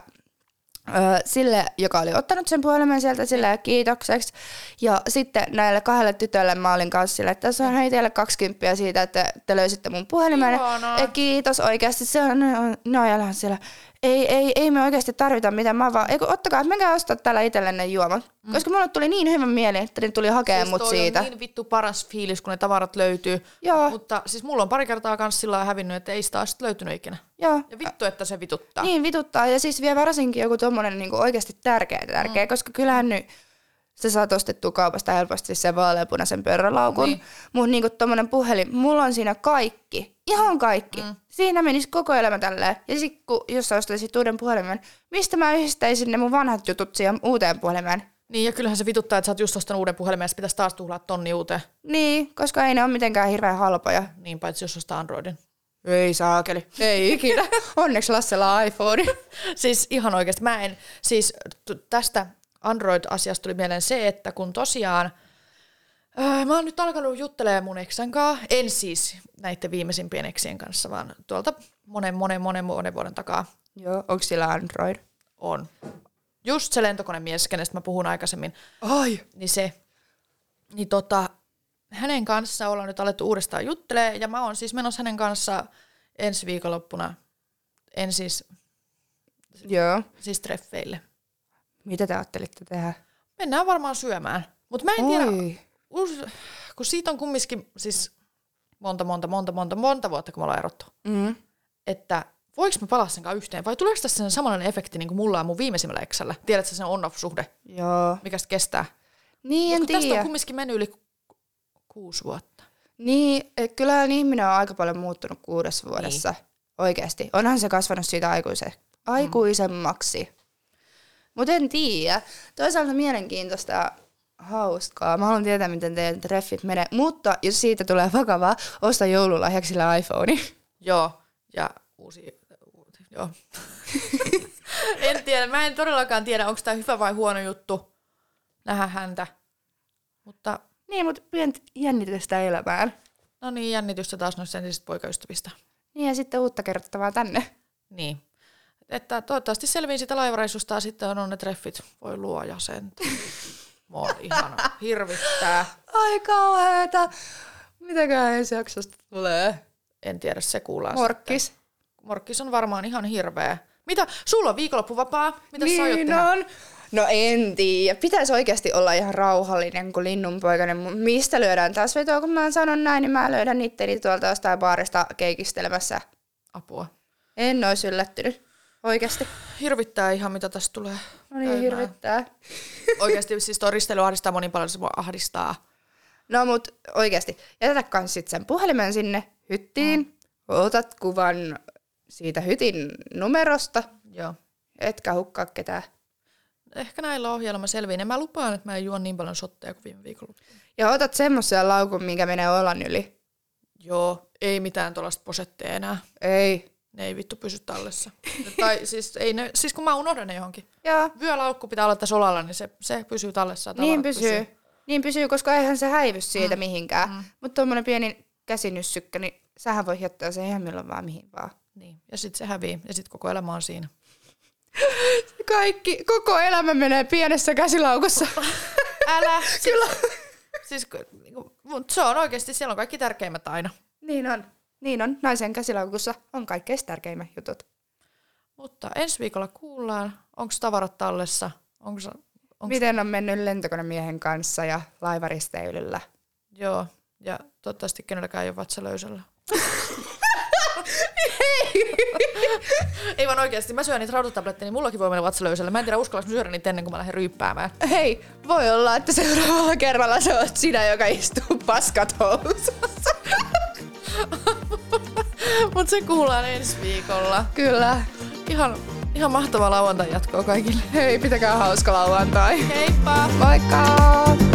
Speaker 1: ö, sille, joka oli ottanut sen puhelimen sieltä sille kiitokseksi. Ja sitten näille kahdelle tytölle mä olin kanssa sille, että tässä on hei teille 20 siitä, että te löysitte mun puhelimen.
Speaker 2: Ihanaa.
Speaker 1: Ja kiitos oikeasti. Se on, ne on, ne on jalan siellä. Ei, ei, ei me oikeasti tarvita mitään. Mä vaan, eiku, ottakaa, menkää ostaa täällä itsellenne juoman. Mm. Koska mulla tuli niin hyvä mieli, että ne tuli hakemaan
Speaker 2: Siis
Speaker 1: mut
Speaker 2: toi
Speaker 1: siitä.
Speaker 2: on niin vittu paras fiilis, kun ne tavarat löytyy.
Speaker 1: Joo.
Speaker 2: Mutta siis mulla on pari kertaa kans sillä lailla hävinnyt, että ei sitä ole sit löytynyt ikinä.
Speaker 1: Joo.
Speaker 2: Ja vittu, että se vituttaa.
Speaker 1: Niin vituttaa. Ja siis vielä varsinkin joku tommonen niinku oikeasti tärkeä, tärkeä. Mm. Koska kyllähän nyt sä saat ostettua kaupasta helposti sen vaaleanpunaisen pörrölaukun.
Speaker 2: Niin.
Speaker 1: Niin. Mutta niinku tommonen puhelin, mulla on siinä kaikki, ihan kaikki. Mm. Siinä menisi koko elämä tälleen. Ja sit kun, jos sä ostaisit uuden puhelimen, mistä mä yhdistäisin ne mun vanhat jutut siihen uuteen puhelimeen?
Speaker 2: Niin, ja kyllähän se vituttaa, että sä oot just ostanut uuden puhelimen ja sit pitäisi taas tuhlaa tonni uuteen.
Speaker 1: Niin, koska ei ne ole mitenkään hirveän halpoja.
Speaker 2: Niin, paitsi jos ostaa Androidin.
Speaker 1: Ei saakeli. Ei ikinä. Onneksi Lassella on iPhone.
Speaker 2: Siis ihan oikeasti, mä en, siis t- tästä Android-asiasta tuli mieleen se, että kun tosiaan öö, Mä oon nyt alkanut juttelemaan mun eksän kanssa, en siis näiden viimeisimpien eksien kanssa, vaan tuolta monen, monen, monen, monen vuoden takaa
Speaker 1: Joo, onko sillä Android?
Speaker 2: on. Just se lentokonemies, kenestä mä puhun aikaisemmin,
Speaker 1: Ai.
Speaker 2: niin se, niin tota, hänen kanssa ollaan nyt alettu uudestaan juttelee ja mä oon siis menossa hänen kanssa ensi viikonloppuna, en siis,
Speaker 1: Joo.
Speaker 2: siis treffeille.
Speaker 1: Mitä te ajattelitte tehdä?
Speaker 2: Mennään varmaan syömään, mutta mä en tiedä,
Speaker 1: Oi.
Speaker 2: us- kun siitä on kumminkin siis monta, monta, monta, monta, monta vuotta, kun me ollaan erottu,
Speaker 1: Mm.
Speaker 2: että voiko mä palaa sen kanssa yhteen vai tuleeko tässä sen samanlainen efekti niin kuin mulla ja mun viimeisimmällä eksällä? Tiedätkö sen on-off-suhde,
Speaker 1: Joo.
Speaker 2: mikä sitä kestää?
Speaker 1: Niin, en
Speaker 2: Mut kun tästä on
Speaker 1: tiedä.
Speaker 2: kumminkin mennyt yli ku- kuusi vuotta.
Speaker 1: Niin, et kyllähän ihminen on aika paljon muuttunut kuudessa vuodessa. Niin. Oikeasti. Onhan se kasvanut siitä aikuise- aikuisemmaksi. Mutta en tiedä. Toisaalta mielenkiintoista ja hauskaa. Mä haluan tietää, miten teidän treffit menee. Mutta jos siitä tulee vakavaa, osta joululahjaksi sillä iPhone.
Speaker 2: Joo, ja uusi... Joo. en tiedä, mä en todellakaan tiedä, onko tämä hyvä vai huono juttu nähdä häntä. Mutta
Speaker 1: niin, mutta pientä jännitystä elämään.
Speaker 2: no niin, jännitystä taas noista entisistä poikaystävistä.
Speaker 1: Niin, ja sitten uutta kerrottavaa tänne.
Speaker 2: Niin. Että toivottavasti selviin sitä laivareissusta ja sitten on ne treffit. Voi luoja sen. Mä oon ihana. Hirvittää.
Speaker 1: Ai kauheeta. Mitäköhän ensi jaksosta tulee?
Speaker 2: En tiedä, se kuullaan.
Speaker 1: Morkkis.
Speaker 2: Morkkis on varmaan ihan hirveä. Mitä? Sulla on viikonloppuvapaa. Mitä sä aiot
Speaker 1: niin
Speaker 2: tehdä?
Speaker 1: on. No en tiedä. Pitäisi oikeasti olla ihan rauhallinen kuin linnunpoikainen. Mu- Mistä lyödään taas vetoa, kun mä sanon näin, niin mä löydän itteni tuolta jostain baarista keikistelemässä.
Speaker 2: Apua.
Speaker 1: En olisi yllättynyt. Oikeasti.
Speaker 2: Hirvittää ihan, mitä tässä tulee.
Speaker 1: No niin,
Speaker 2: käymään.
Speaker 1: hirvittää.
Speaker 2: Oikeasti siis tuo ristely ahdistaa monin paljon, se mua ahdistaa.
Speaker 1: No mut oikeasti. Jätä kans sit sen puhelimen sinne hyttiin. Mm. Otat kuvan siitä hytin numerosta.
Speaker 2: Joo.
Speaker 1: Etkä hukkaa ketään.
Speaker 2: Ehkä näillä ohjelma selviin. Ja mä lupaan, että mä en juo niin paljon sotteja kuin viime viikolla.
Speaker 1: Ja otat semmoisen laukun, mikä menee olan yli.
Speaker 2: Joo, ei mitään tuollaista posetteja enää.
Speaker 1: Ei.
Speaker 2: Ne ei vittu pysy tallessa. tai siis, ei ne, siis kun mä unohdan ne johonkin.
Speaker 1: Joo.
Speaker 2: Vyölaukku pitää olla tässä olalla, niin se, se pysyy tallessa. ja
Speaker 1: Niin
Speaker 2: tavarat
Speaker 1: pysyy. Niin pysyy, koska eihän se häivy siitä mm. mihinkään. Mm. Mutta tuommoinen pieni käsinyssykkä, niin sähän voi jättää sen ihan milloin vaan mihin vaan.
Speaker 2: Niin. Ja sitten se hävii, ja sitten koko elämä on siinä.
Speaker 1: Kaikki, koko elämä menee pienessä käsilaukussa.
Speaker 2: Älä!
Speaker 1: Kyllä.
Speaker 2: siis, kun- niinku, mut se on oikeasti, siellä on kaikki tärkeimmät aina.
Speaker 1: niin on. Niin on. Naisen käsilaukussa on kaikkein tärkeimmät jutut.
Speaker 2: Mutta ensi viikolla kuullaan, onko tavarat tallessa, onko onks,
Speaker 1: Miten on mennyt lentokonemiehen kanssa ja laivaristeilyllä?
Speaker 2: joo, ja toivottavasti kenelläkään ei ole vatsa löysällä. ei vaan oikeasti, mä syön niitä rautatabletteja, niin mullakin voi mennä vatsa löysällä. Mä en tiedä uskallanko mä syödä niitä ennen kuin mä lähden ryyppäämään.
Speaker 1: Hei, voi olla, että seuraavalla kerralla se oot sinä, joka istuu paskat housussa.
Speaker 2: Mutta se kuullaan ensi viikolla.
Speaker 1: Kyllä.
Speaker 2: Ihan, ihan mahtavaa lauantai jatkoa kaikille.
Speaker 1: Hei, pitäkää hauska lauantai.
Speaker 2: Heippa!
Speaker 1: Moikka!